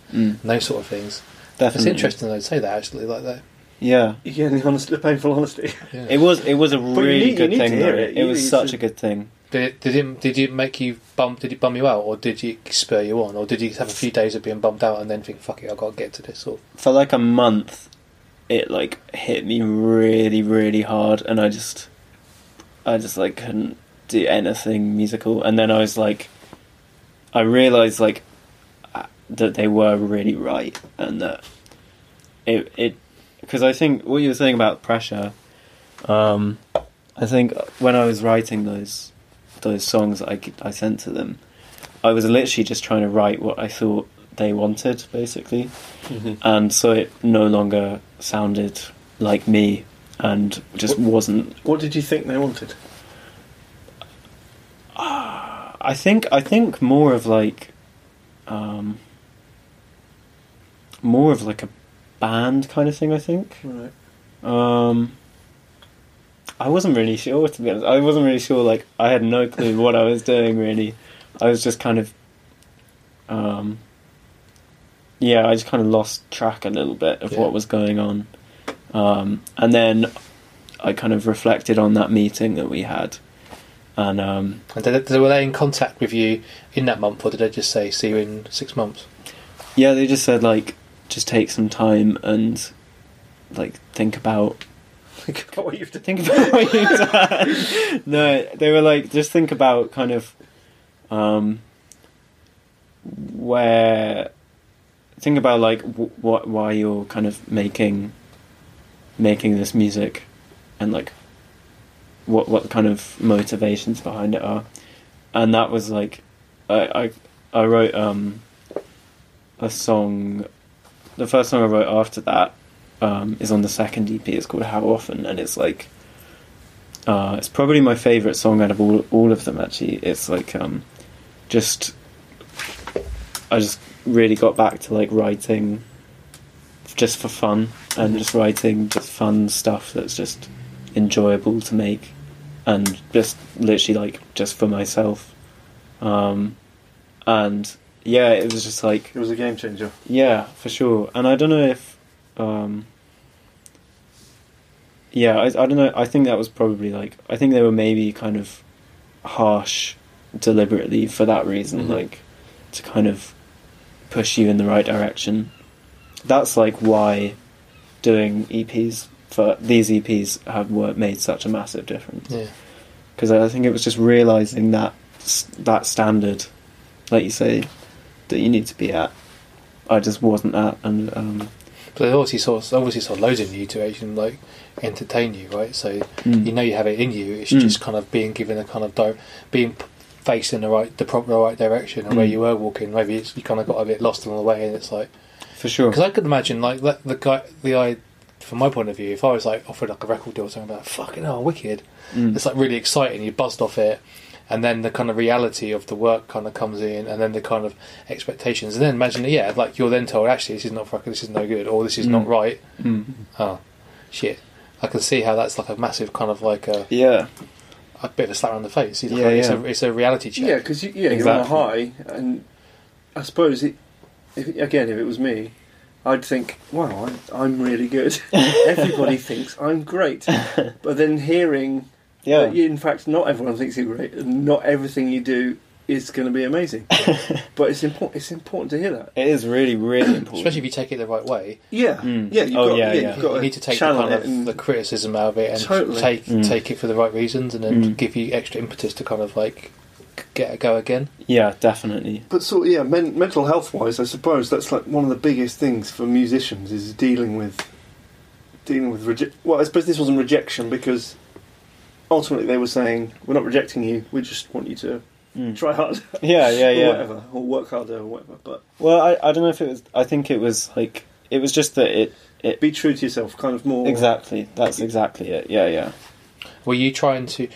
and
mm,
those sort of things. It's
definitely.
interesting they'd say that actually, like that.
yeah
you get the honest, the painful honesty.
Yeah.
It was it was a
you
really
need- you
good
need
thing.
to hear
Though.
it.
It,
You
was
need
such
to-
a good thing.
did it did it did it make you bum? Did it bum you out, or did you spur you on, or did you have a few days of being bummed out and then think, "Fuck it, I got to get to this"? Or
For like a month, it like hit me really really hard, and I just, I just like couldn't do anything musical. And then I was like, I realized like uh, that they were really right, and that it it because I think what you were saying about pressure. Um, I think when I was writing those those songs that I g- I sent to them, I was literally just trying to write what I thought they wanted, basically, and so it no longer sounded like me, and just wasn't.
What did you think they wanted?
ah, I think I think more of like, um, more of like a band kind of thing. I think.
Right.
Um, I wasn't really sure to be honest. I wasn't really sure. Like, I had no clue what I was doing. Really, I was just kind of, um, yeah, I just kind of lost track a little bit of
Yeah.
what was going on. Um, and then I kind of reflected on that meeting that we had, and um,
And did they, were they in contact with you in that month, or did they just say, "See you in six months"?
Yeah, they just said like just take some time and like think about
Think about what you've done.
think about what you've done. no, they were like just think about kind of um where think about like wh- what why you're kind of making making this music and like what what kind of motivations behind it are and that was like I I, I wrote um a song the first song I wrote after that um, is on the second EP it's called How Often and it's like uh, it's probably my favorite song out of all all of them actually it's like um just I just really got back to like writing just for fun and just writing just fun stuff that's just enjoyable to make and just literally like just for myself um and yeah it was just like
It was a game changer.
yeah for sure and i don't know if um, yeah, I, I don't know. I think that was probably like I think they were maybe kind of harsh deliberately for that reason,
Mhm.
like to kind of push you in the right direction. That's like why doing EPs for these EPs have were, made such a massive difference
Yeah.
because I think it was just realizing that s- that standard, like you say, that you need to be at. I just wasn't at, and um,
But they obviously saw obviously saw loads in you to actually like entertain you, right? So
Mm.
you know you have it in you. It's
Mm.
just kind of being given a kind of di- being p- faced in the right the proper right direction and where
Mm.
you were walking. Maybe it's, you kind of got a bit lost along the way, and it's like
for sure.
because I could imagine like that the guy the I from my point of view, if I was like offered like a record deal or something like fucking hell, wicked,
Mm.
it's like really exciting. You buzzed off it, and then the kind of reality of the work kind of comes in, and then the kind of expectations, and then imagine yeah, like you're then told actually this is not fucking this is no good or this is
Mm.
not right.
Mm.
Oh shit. I can see how that's like a massive kind of like a,
Yeah,
a bit of a slap on the face. It's, like,
Yeah,
It's,
yeah.
a, it's a reality check.
Yeah, because you, yeah, you're on a
Exactly.
high, and I suppose it. If, again, if it was me, I'd think, "Wow, I, I'm really good. Everybody thinks I'm great." But then hearing
yeah,
that, you, in fact, not everyone thinks you're great, and not everything you do is going to be amazing. but it's important. It's important to hear that.
it is really, really important.
Especially if you take it the right way,
Yeah,
Mm.
yeah. You've
Oh,
got,
yeah,
Hmm. yeah,
yeah.
You've
you,
got
you
to
need to take the
channel
kind
it
of
and
the criticism out of it and
Totally.
take
Mm.
take it for the right reasons, and then
Mm.
give you extra impetus to kind of like get a go again.
yeah, definitely.
But sort of, yeah, men- mental health wise, I suppose that's like one of the biggest things for musicians is dealing with dealing with reje- well, I suppose this wasn't rejection because ultimately they were saying we're not rejecting you, we just want you to
Mm.
try harder,
Yeah, yeah,
or
yeah.
whatever, or work harder, or whatever. But
Well, I, I don't know if it was. I think it was like it was just that it it
be true to yourself, kind of more
exactly. That's exactly it. Yeah, yeah.
Were you trying to?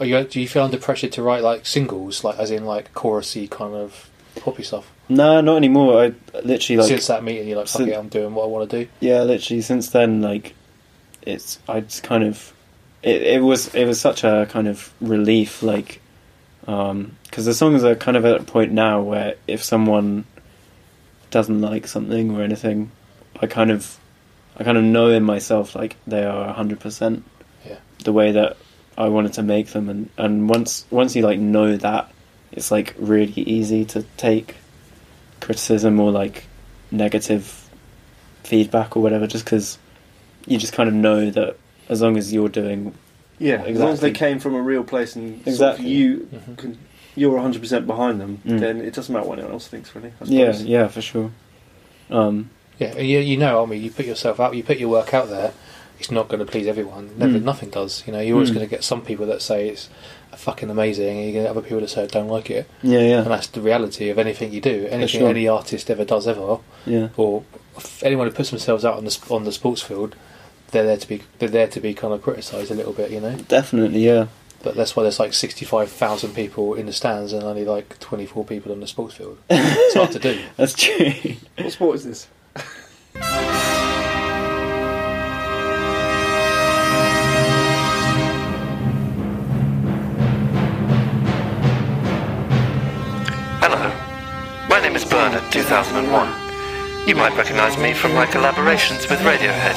Are you, do you feel under pressure to write like singles, like as in like chorusy kind of poppy stuff?
No, not anymore. I literally like
Since that meeting, you're like, fuck
Sin-
it, I'm doing what I want to do.
yeah, literally since then, like, it's I just kind of it, it was it was such a kind of relief, like, because the songs are kind of at a point now where if someone doesn't like something or anything, I kind of I kind of know in myself like they are hundred percent
Yeah.
the way that I wanted to make them, and and once once you like know that, it's like really easy to take criticism or like negative feedback or whatever, just because you just kind of know that as long as you're doing,
Yeah, as long as they
Exactly.
came from a real place and sort of
Exactly.
you
hmm
can, you're 100 percent behind them,
Mm.
then it doesn't matter what anyone else thinks, really. I
yeah,
suppose.
yeah, for sure. Um,
Yeah, and you, you know, I mean, you put yourself out, you put your work out there. It's not going to please everyone. Never,
Mm.
nothing does. You know, you're always
Mm.
going to get some people that say it's fucking amazing, and you're going to have other people that say I don't like it.
yeah,
And
yeah,
that's the reality of anything you do, anything
sure.
any artist ever does ever,
yeah,
or f- anyone who puts themselves out on the sp- on the sports field. They're there to be. They're there to be kind of criticised a little bit, you know.
definitely, yeah,
But that's why there's like sixty-five thousand people in the stands and only like twenty-four people on the sports field. it's hard to do.
that's true.
What sport is this?
Hello. My name is Bernard 2001. You might recognize me from my collaborations with Radiohead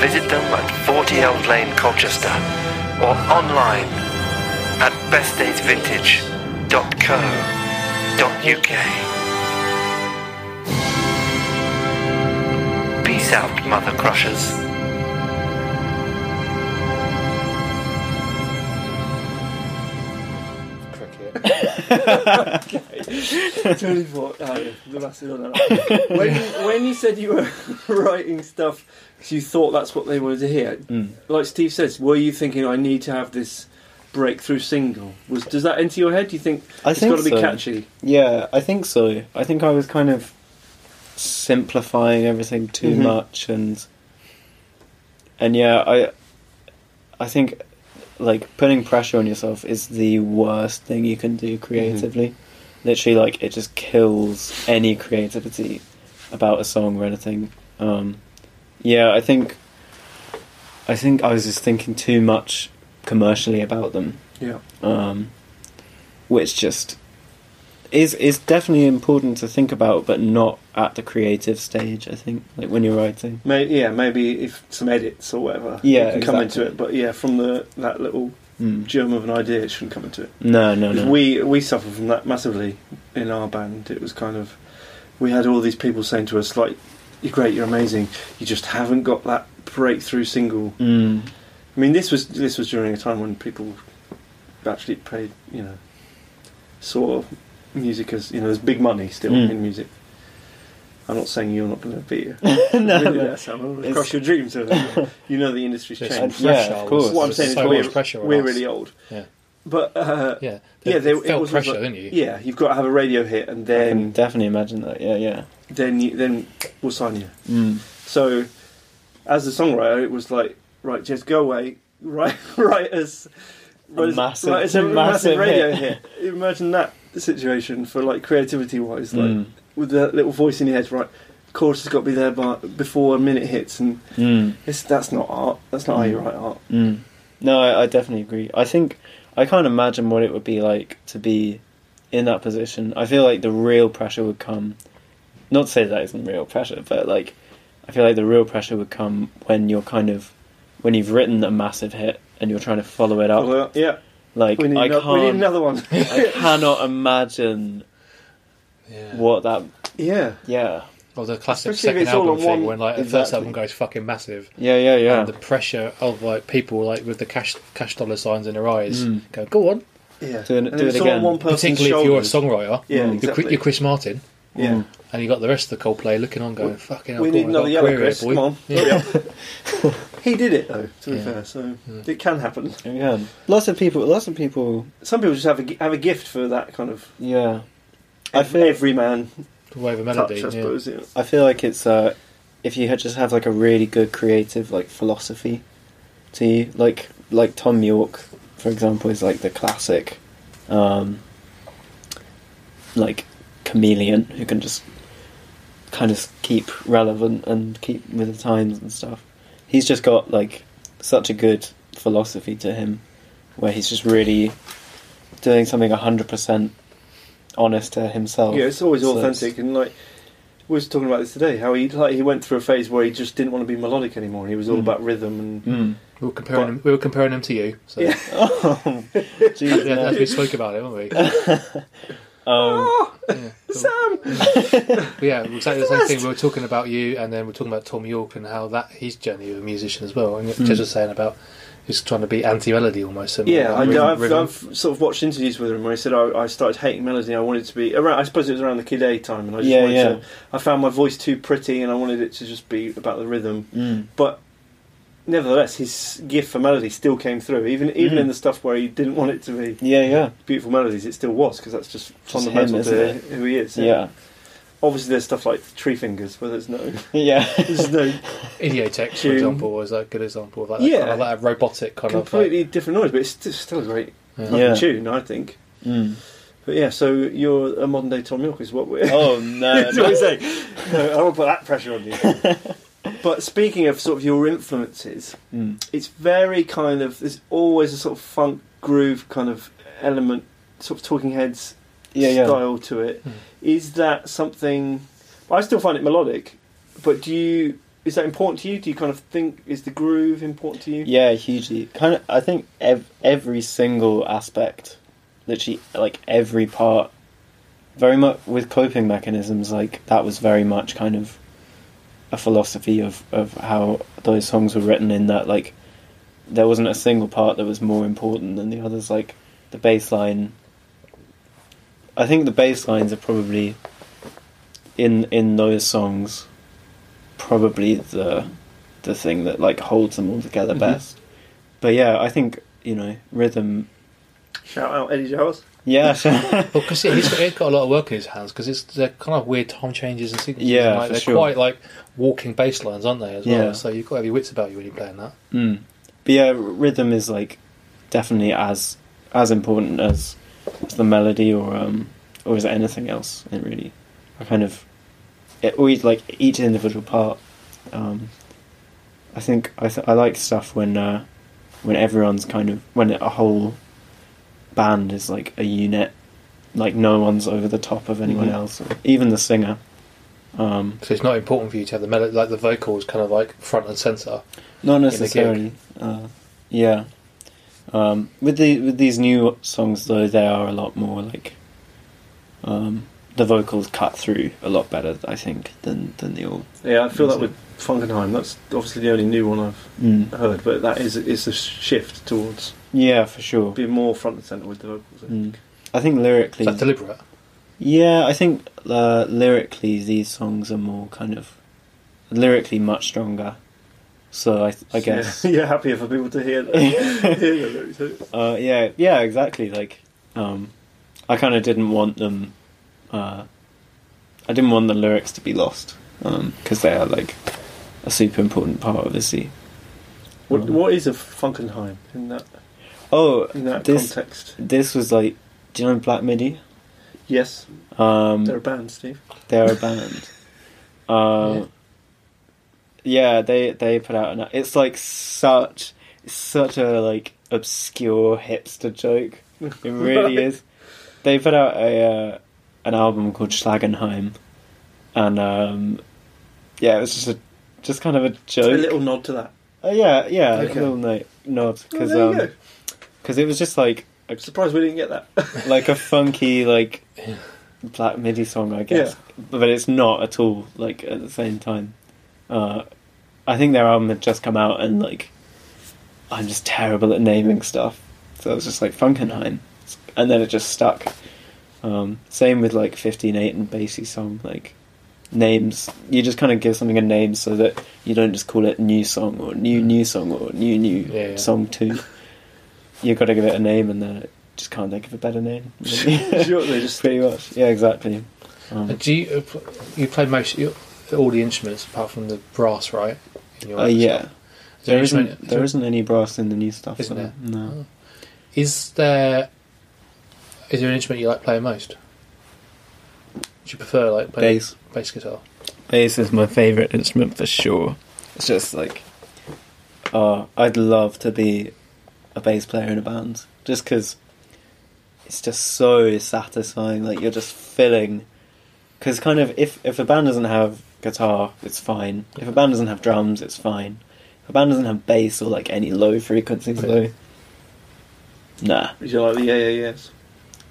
visit them at 40 Elm Lane, Colchester, or online at bestdaysvintage.co.uk. Peace out, Mother Crushers.
Cricket.
totally thought, oh, yeah, the bastard on that. When you, when you said you were writing stuff because you thought that's what they wanted to hear,
Mm.
like Steve says, were you thinking I need to have this breakthrough single? Was does that enter your head? Do you think
I
it's
think
got to be
so.
catchy?
Yeah, I think so. I think I was kind of simplifying everything too
Mhm.
much and and yeah, I I think like putting pressure on yourself is the worst thing you can do creatively. Literally like it just kills any creativity about a song or anything. Um yeah, I think I think I was just thinking too much commercially about them
Yeah.
um, which just is is definitely important to think about, but not at the creative stage. I think, like when you're writing.
May, yeah, maybe if some edits or whatever,
Yeah,
you can come into
exactly.
it. But yeah, from the that little
Mm.
germ of an idea, it shouldn't come into it.
No, no,
'Cause
no.
We we suffered from that massively in our band. It was kind of we had all these people saying to us like, "You're great, you're amazing. You just haven't got that breakthrough single."
Mm.
I mean, this was this was during a time when people actually paid, you know, saw music as you know, there's big money still
Mm.
in music. I'm not saying you're not going to be
no,
really
no.
that someone
It's-
across your dreams. isn't it? you know the industry's
There's
changed.
some pressure.
Yeah, of course.
There's
What I'm saying is
so
we're-
much pressure on
We're
us.
really old,
Yeah.
but uh,
Yeah,
yeah, they, it
felt
was
pressure,
like-
didn't you?
yeah, you've got to have a radio hit, and
I can
then
definitely imagine that. Yeah, yeah.
then you, then we'll sign you.
Mm.
So, as a songwriter, it was like, right, just go away, write, write us,
A
write us-
massive-
write us a
massive
massive, radio
hit.
hit. Imagine that situation for like creativity wise, like
Mm.
with that little voice in your head, right? Chorus has got to be there by, before a minute hits, and
Mm.
it's, that's not art. That's not how you write art.
Mm. No, I, I definitely agree. I think I can't imagine what it would be like to be in that position. I feel like the real pressure would come. Not to say that isn't real pressure, but like I feel like the real pressure would come when you're kind of when you've written a massive hit and you're trying to follow it up.
Although, yeah,
like
we need,
Oh. I
ano- we need
can't,
another one.
I cannot imagine
Yeah.
what that.
yeah,
Yeah,
Or the classic
Especially if
second
it's all
album
on
thing
one-
when like the first
Exactly.
album goes fucking massive.
yeah, yeah, yeah.
And the pressure of like people like with the cash cash dollar signs in their eyes
Mm.
go, go on.
yeah.
Do it-
And
do
it's
it
all on
again.
One person's
Particularly if you're a
shoulders.
songwriter.
Yeah,
You're Chri-
exactly.
You're Chris Martin
Yeah.
Mm.
and you got the rest of the Coldplay looking on going, fucking hell,
We
go
need
on,
another
I've got
yellow,
career here,
Chris.
boy."
Come on. Hurry up. he did it though. To be
Yeah.
fair, so
Mm.
it can happen.
Again. Lots of people. Lots of people.
Some people just have a gi- have a gift for that kind of
Yeah, I
I
feel-
feel every man
Wave of
touch,
melody.
I
yeah.
suppose. Yeah.
I feel like it's uh, if you had just have like a really good creative like philosophy to you, like like Tom York, for example, is like the classic, um, like chameleon who can just kind of keep relevant and keep with the times and stuff. He's just got like such a good philosophy to him, where he's just really doing something hundred percent honest to himself.
yeah, it's always
Oh, So
authentic and like we was talking about this today. How he like he went through a phase where he just didn't want to be melodic anymore. He was all
Mm.
about rhythm and
Mm.
We were comparing them, we were comparing them to you. So
Yeah.
Oh,
Yeah,
Jesus,
that's-
no.
we spoke about it, haven't we?
um,
Yeah.
Sam.
Yeah, exactly the same thing. We were talking about you, and then we're talking about Tom York and how that his journey as a musician as well. And what Jez was saying about he's trying to be anti-melody almost. and
Yeah, I,
rhythm-
I've,
rhythm.
I've sort of watched interviews with him where he said I, I started hating melody. I wanted to be around. I suppose it was around the Kid A time, and I just
Yeah,
wanted
yeah.
to. I found my voice too pretty, and I wanted it to just be about the rhythm.
mm,
But nevertheless, his gift for melody still came through, even even
Mm.
in the stuff where he didn't want it to be.
yeah, yeah,
beautiful melodies it still was because that's just,
him,
fundamental
isn't
to
it?
who he is
yeah,
obviously there's stuff like tree fingers where there's no
yeah.
there's no
Idiotex, for
Tune.
example, was a good example of like,
Yeah.
that, kind of like a robotic kind
completely different noise but it's st- still a great
of like,
fucking
Yeah.
tune I think
Mm.
but yeah so you're a modern day Tom York is what we're
Oh no,
that's what
no.
we're saying no I won't put that pressure on you but speaking of sort of your influences
Mm.
it's very kind of there's always a sort of funk groove kind of element sort of talking heads
yeah, yeah.
style to it.
Hmm.
Is that something? I still find it melodic, but do you? Is that important to you? Do you kind of think is the groove important to you?
Yeah, hugely. Kind of. I think ev- every single aspect, literally, like every part, very much with coping mechanisms. Like that was very much kind of a philosophy of of how those songs were written. In that, like, there wasn't a single part that was more important than the others. Like the bass line. I think the bass lines are probably in in those songs probably the the thing that like holds them all together
Mhm.
best. But yeah, I think you know rhythm
Shout out Eddie Giles.
Yeah,
Well, because yeah, he's got, he's got a lot of work in his hands because it's they're kind of weird time changes and signatures.
Yeah,
and, like,
for
they're
sure.
quite like walking bass lines, aren't they? As well,
Yeah.
so you've got to have your wits about you when you're playing that.
Mm. But yeah, r- rhythm is like definitely as as important as, as the melody or um or is it anything else? It really, I kind of, it always like each individual part. Um, I think I th- I like stuff when uh, when everyone's kind of when a whole band is like a unit, like no one's over the top of anyone
Mhm.
else, or even the singer. Um,
So it's not important for you to have the melody, like the vocals, kind of like front and center.
Not
gig.
necessarily. Uh, yeah. Um, with the with these new songs though, they are a lot more like um, the vocals cut through a lot better, I think, than than the old.
Yeah, I feel that
Is
with Funkenheim. That's obviously the only new one I've
Mm.
heard, but that is it's a shift towards
Yeah, for sure.
being more front and centre with the vocals. I
Mm.
think.
I think
Is
lyrically,
that deliberate?
yeah, I think uh, lyrically these songs are more kind of lyrically much stronger. So I I guess
Yeah, you're happier for people to hear that. hear the lyrics, don't you?
Uh, yeah, yeah, exactly. Like, um, I kind of didn't want them. Uh, I didn't want the lyrics to be lost because they are like a super important part, obviously.
What,
Um,
what is a Funkenheim in that
Oh,
in that
This-
context?
this was like, do you know Black Midi?
Yes,
Um,
they're a band, Steve.
they're a band. Um, yeah. they they put out an. It's like such such a like obscure hipster joke. It really is. They put out a uh, an album called Schlagenheim, and um, yeah, it was just a just kind of a
A
joke.
little nod to that.
Uh, yeah, yeah, a
Okay.
little no- nod
Oh,
because
there you go.
it was just like a,
Surprised we didn't get that.
like a funky like black midi song, I guess, but it's not at all like at the same time. Uh, I think their album had just come out, and like I'm just terrible at naming stuff, so I was just like Funkenheim, and then it just stuck. Um, same with like 15-8 and Basie song, like names. You just kind of give something a name so that you don't just call it new song or new new song or new new
Yeah, yeah.
song two. You've got to give it a name, and then it just can't think of a better name.
sure, they just
Pretty much, yeah, exactly. Um,
And do you uh, pl- you play most you, all the instruments apart from the brass, right? In your
uh,
Is
yeah,
there
there
an
isn't
instrument-
there isn't any brass in the new stuff,
Isn't
though.
there? Oh,
No.
Is there is there an instrument you like playing most? Do you prefer like playing
Bass.
bass guitar?
Bass is my favourite instrument for sure. It's just like, uh, I'd love to be a bass player in a band just because it's just so satisfying. Like you're just filling, because kind of if if a band doesn't have guitar, it's fine. If a band doesn't have drums, it's fine. If a band doesn't have bass or like any low frequencies, though, nah.
You're like the yeah yeah yes.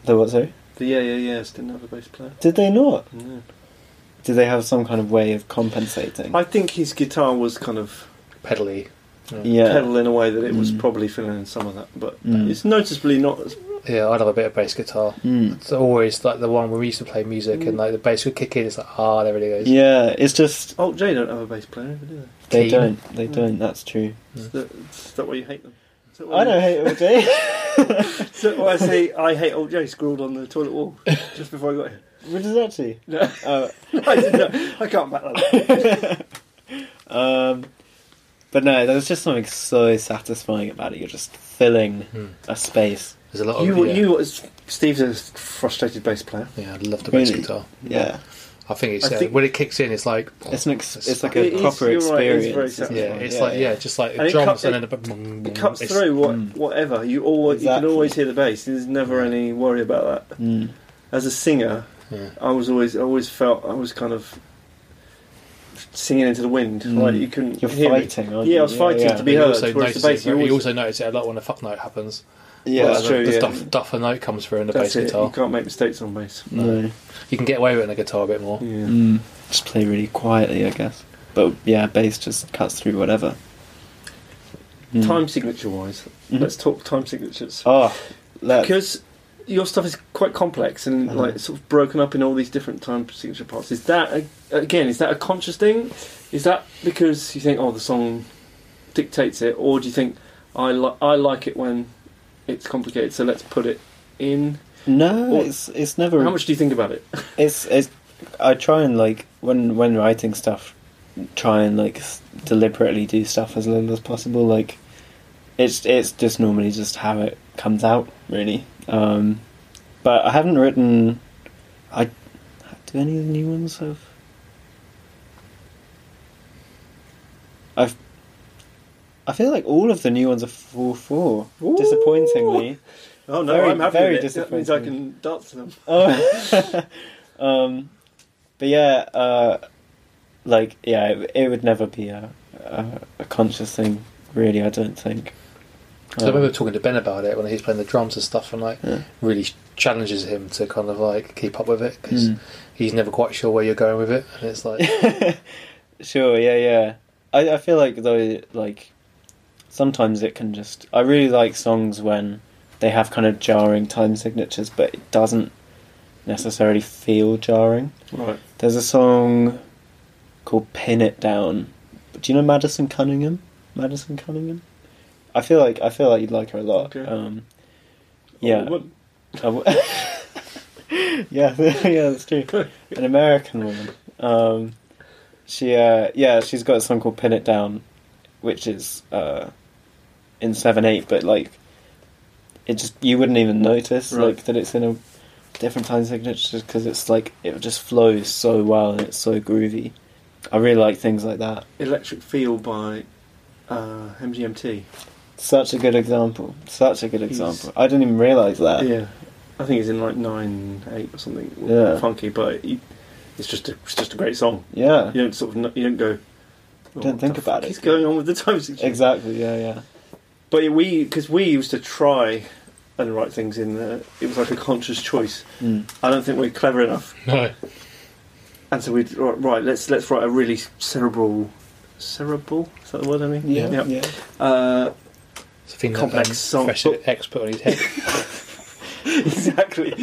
The what? Sorry,
The yeah yeah yes didn't have a bass player.
did they not?
No.
Did they have some kind of way of compensating?
I think his guitar was kind of
Pedally.
yeah.
pedal in a way that it was
Mm.
probably filling in some of that, but
Mm.
it's noticeably not. As,
Yeah, I'd have a bit of bass guitar.
Mm.
It's always like the one where we used to play music and like the bass would kick in. It's like ah, there it goes.
Yeah, it's just
oh, Jay don't have a bass player, either, do they?
they
Team.
don't. They
Mm.
don't. That's true.
Is that, is that why you hate them? Is that why
I don't
you-
hate it all day.
Is that why I say I hate old Jay scrawled on the toilet wall just before I got here?
Which is actually.
No,
Oh,
I, did not. I can't back that. up.
um, but no, there was just something so satisfying about it. You're just filling
Hmm.
a space.
There's a lot of
You,
yeah.
you, Steve's a frustrated bass player.
Yeah, I'd love the bass
Really?
guitar.
Yeah,
I think it's
I
uh,
think-
when it kicks in, it's like
it's an ex-
It's
it's like
it
a
is-
proper
you're right, it's
experience.
very
isn't
yeah,
it?
satisfying.
it's like yeah, just like
And it
drums
cut-
and
it-
then a bu-
It cuts
it's-
through what,
Mm.
whatever. You always you
Exactly.
can always hear the bass. There's never any worry about that.
Mm.
As a singer,
Yeah.
I was always I always felt I was kind of singing into the wind.
Mm.
Like you couldn't.
You're
hear me.
fighting, aren't you?
Yeah, I was fighting
yeah.
to
But
be
you
heard.
also,
whereas
notice
the bass,
it,
you
you
always
also notice it a lot when a fuck note happens.
Yeah,
Well,
that's
the,
true,
The
yeah.
duff, duff a note comes through in the
That's
bass
it. You
guitar.
can't make mistakes on bass.
No.
You can get away with it in a guitar a bit more.
Yeah.
Mm. Just play really quietly, I guess. But yeah, bass just cuts through whatever. Mm.
Time signature wise,
Mhm.
let's talk time signatures
Oh, let
because your stuff is quite complex and
Mhm.
like sort of broken up in all these different time signature parts. Is that a, again? Is that a conscious thing? Is that because you think oh the song dictates it, or do you think I li- I like it when it's complicated, so let's put it
in?
No,
Or-
it's it's
Hmm.
never.
How much do you think about it?
It's it's. I try and like when when writing stuff, try and like s- deliberately do stuff as little as possible. Like, it's it's just normally just how it comes out really. Um, but I haven't written. I do any of the new ones have. I've. I feel like all of the new ones are four four.
Ooh.
Disappointingly.
Oh no,
Very-
I'm happy
very
with it. That means I can dance to them.
Oh. um, but yeah, uh, like yeah, it, it would never be a, a a conscious thing, really. I don't think.
So I
Um,
remember talking to Ben about it when he's playing the drums and stuff, and like
Yeah.
really challenges him to kind of like keep up with it because
Mm.
he's never quite sure where you're going with it, and it's like
sure. Yeah. Yeah. I I feel like though like sometimes it can just. I really like songs when they have kind of jarring time signatures, but it doesn't necessarily feel jarring.
Right.
Oh,
There's a song called "Pin It Down." Do you know Madison Cunningham? Madison Cunningham. I feel like I feel like you'd like her a lot.
Okay.
Um,
Oh,
yeah.
Or would-
A wo- yeah, yeah, that's true. An American woman. Um, she, uh, yeah, she's got a song called "Pin It Down," which is uh, in seven eight, but like, it just you wouldn't even notice
Right.
like that it's in a different time signature because it's like it just flows so well and it's so groovy. I really like things like that.
Electric Feel by uh, MGMT.
Such a good example. Such a good
He's-
example. I didn't even realize that.
yeah, I think it's in like nine eight or something.
Yeah.
funky, but he, it's just a, it's just a great song.
yeah.
You don't sort of kn- you don't go. "Oh,
Don't
what
think
the
about
fuck
it."
is going on with the time signature?
Exactly. Yeah. Yeah.
But we, because we used to try and write things in there, it was like a conscious choice.
Mm.
I don't think we're clever enough,
no,
and so we'd right, right let's let's write a really cerebral, cerebral. Is that the word I mean?
Yeah,
Yep.
yeah.
Uh,
it's a thing
Complex
that um,
song.
fresh expert on his head.
exactly.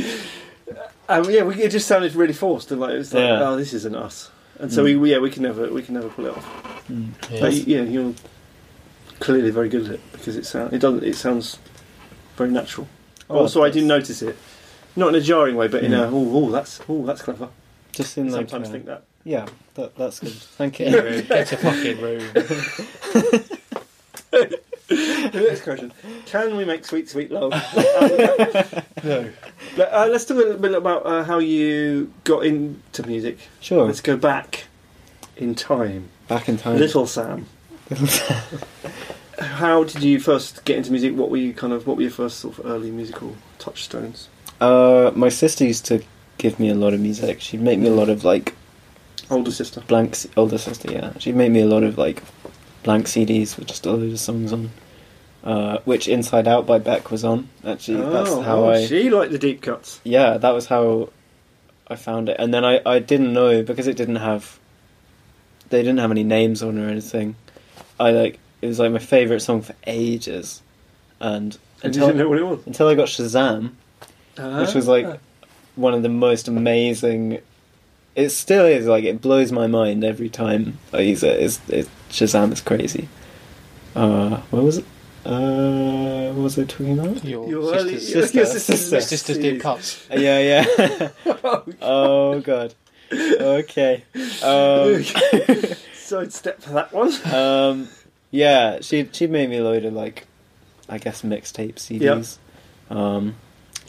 Um, yeah, we, it just sounded really forced, and like it was like,
Yeah.
oh, this isn't us. And so
Mm.
we, we, yeah, we can never, we can never pull it off.
Mm.
But
Yeah.
you, yeah, you're clearly very good at it because it sound, it doesn't, it sounds very natural.
Oh,
also, I do
that's-
notice it, not in a jarring way, but in
Mm.
a oh, oh, that's oh, that's clever.
Just in like
Sometimes
uh,
think that.
Yeah, that, that's good. Thank
Get a
you.
room, Get a fucking room.
The Next question: Can we make sweet, sweet love?
no,
Let- uh, let's talk a little bit about uh, how you got into music.
sure.
Let's go back in time.
Back in time.
Little Sam. How did you first get into music? What were you kind of? What were your first sort of early musical touchstones?
Uh, my sister used to give me a lot of music. She'd make me a lot of like
Older sister.
blank. C- older sister, yeah. She'd make me a lot of like blank CDs with just a load of songs on. Uh, which Inside Out by Beck was on. Actually, that's how
oh,
I.
she liked the deep cuts.
yeah, that was how I found it. And then I, I didn't know because it didn't have they didn't have any names on or anything. I like it was like my favorite song for ages, and
And you didn't know
until
what it was.
until I got Shazam, which was like one of the most amazing. It still is like it blows my mind every time I use it. It's, it Shazam is crazy. Uh, what was it? Uh, what was I talking about? Uh,
your,
Your early-
sister's,
your
sister-
sister's-
your sister's deep cuts.
Yeah, yeah. oh god. Okay.
Ah.
Um,
Sidestep for that one.
um, yeah, she she made me a load of like, I guess mixtape CDs. Um,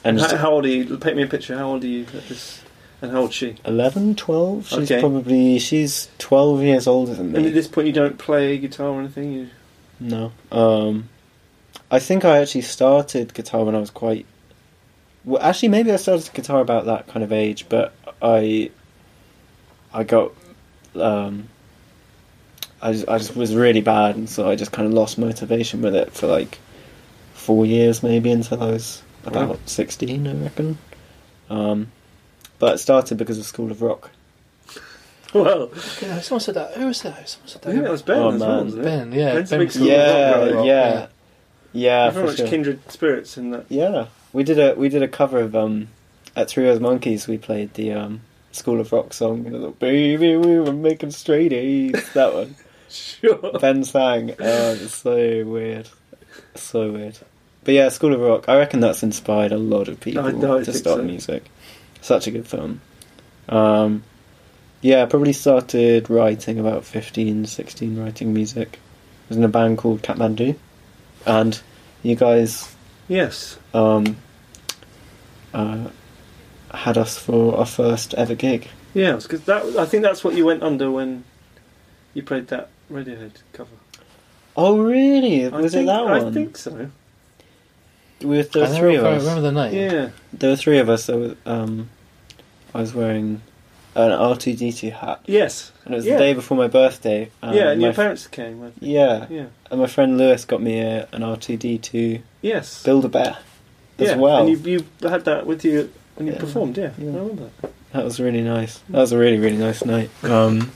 and
How,
just
how old are you? Paint me a picture. How old are you at this? And how old is she?
11, 12? She's
Okay.
probably she's twelve years older than
And at
me.
this point, you don't play guitar or anything. You
No. Um, I think I actually started guitar when I was quite. Well, actually, maybe I started guitar about that kind of age, but I, I got, um, I just, I just was really bad, and so I just kind of lost motivation with it for like four years, maybe until I was about
Wow.
sixteen, I reckon. Um, but it started because of School of Rock.
well,
Yeah, someone said that. Who was that? Someone said
I think that
that.
was Ben
Oh,
as well,
man.
wasn't it?
Ben, yeah,
Ben's
Ben
big
was-
School of
yeah,
Rock,
yeah,
Rock,
yeah, yeah.
They're
for
very much
sure.
kindred spirits in that.
Yeah, we did a we did a cover of um at Three O's Monkeys. We played the um School of Rock song, and it was like, "Baby, we were making straight A's." That one
Sure.
Ben sang. Oh, it's so weird, so weird. But yeah, School of Rock. I reckon that's inspired a lot of people
I- no, I
to
think
start
so.
music. Such a good film. Um, yeah, I probably started writing about 15, 16, writing music. I was in a band called Kathmandu, and you guys
Yes.
um, uh, had us for our first ever gig.
Yeah, because that I think that's what you went under when you played that Radiohead cover.
Oh, really?
I
Was
think,
it that
I
one?
think so.
There were there were
I
three of
remember,
us.
I remember the name.
Yeah.
There were three of us. There were, um, I was wearing an R2D2 hat,
Yes.
and it was
Yeah.
the day before my birthday. And
yeah, and
my
your
f-
parents came. I think.
Um, yeah,
Yeah.
and my friend Lewis got me a, an R2D2
Yes.
Build a Bear as
yeah.
well.
And you, you had that with you when you
Yeah.
performed. Yeah.
Yeah.
I remember. that.
That was really nice. That was a really really nice night. Um,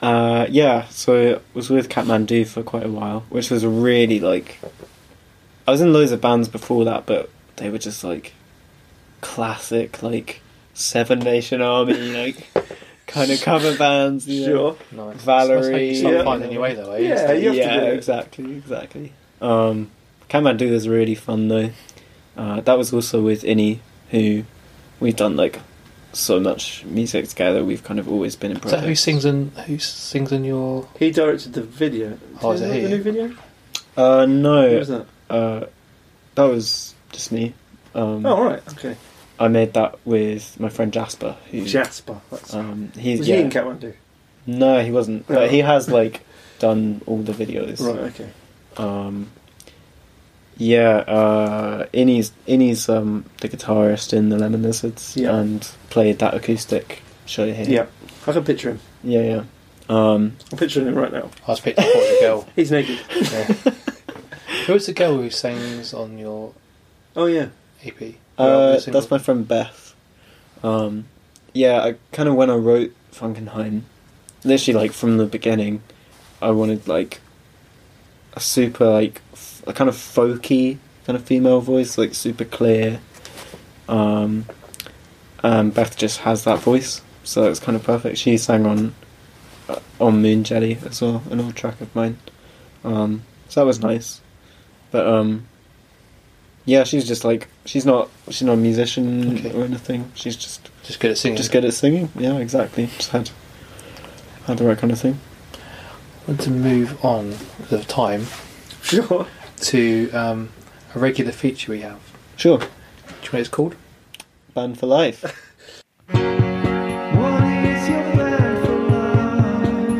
uh, yeah, so I was with Kathmandu for quite a while, which was really like. I was in loads of bands before that, but they were just like classic, like Seven Nation Army, like kind of cover bands. You know?
Sure.
Nice. That's- That's how
Valerie.
you start
Yeah.
finding your way though, eh?
Yeah.
It's like-
you have to
yeah,
do it.
exactly, exactly. Um, Kathmandu was really fun though. Uh, that was also with Innie, who we've done like so much music together. We've kind of always been in
Is that who
projects.
sings in who sings in your?
He directed the video.
Oh, is
Do you
it
know
he?
the new video?
Uh,
Who
no,
was that?
uh, that was just me. Um,
Oh, all right. Okay.
I made that with my friend Jasper. Who,
Jasper. That's,
um, he's
was
yeah.
he in Kathmandu?
no, he wasn't,
Oh.
but he has like done all the videos.
Right. Okay.
Um, yeah, uh, Innie's Innie's um, the guitarist in the Lemon Lizards
Yeah.
and played that acoustic show here.
Yeah. I can picture him.
yeah, yeah. Um,
I'm picturing him right now.
I was picked up for the girl.
He's naked.
Yeah. who is the girl who sings on your E
Oh yeah.
EP?
uh, that's my friend Beth. Um, yeah, I kind of when I wrote Funkenheim, literally like from the beginning, I wanted like a super like f- a kind of folky kind of female voice, like super clear. Um, and Um, Beth just has that voice, so it's kind of perfect. She sang on uh, on Moon Jelly as well, an old track of mine. Um, so that was nice, but um, yeah, she's just like she's not she's not a musician
Okay.
or anything. She's just
just good at singing.
just good at singing. Yeah, exactly. Just had had the right kind of thing.
want to move on because of time
Sure.
to um, a regular feature we have.
Sure,
Do you know what it's called?
band for life.
One is your band for love,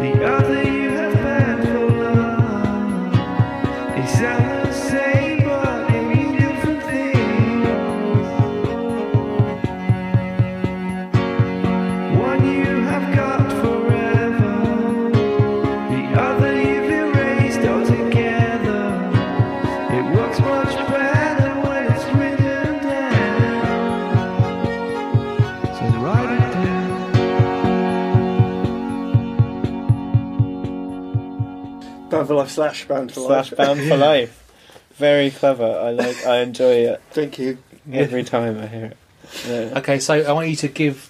the other you have banned for love. They sound the same, but they mean different things. One you have got forever, the other you've erased altogether. It works much better when it's written down. So write it down.
Band for life slash band for
slash
life.
band for life. Very clever. I like. I enjoy it
Thank you.
every time I hear it. Yeah.
Okay, so I want you to give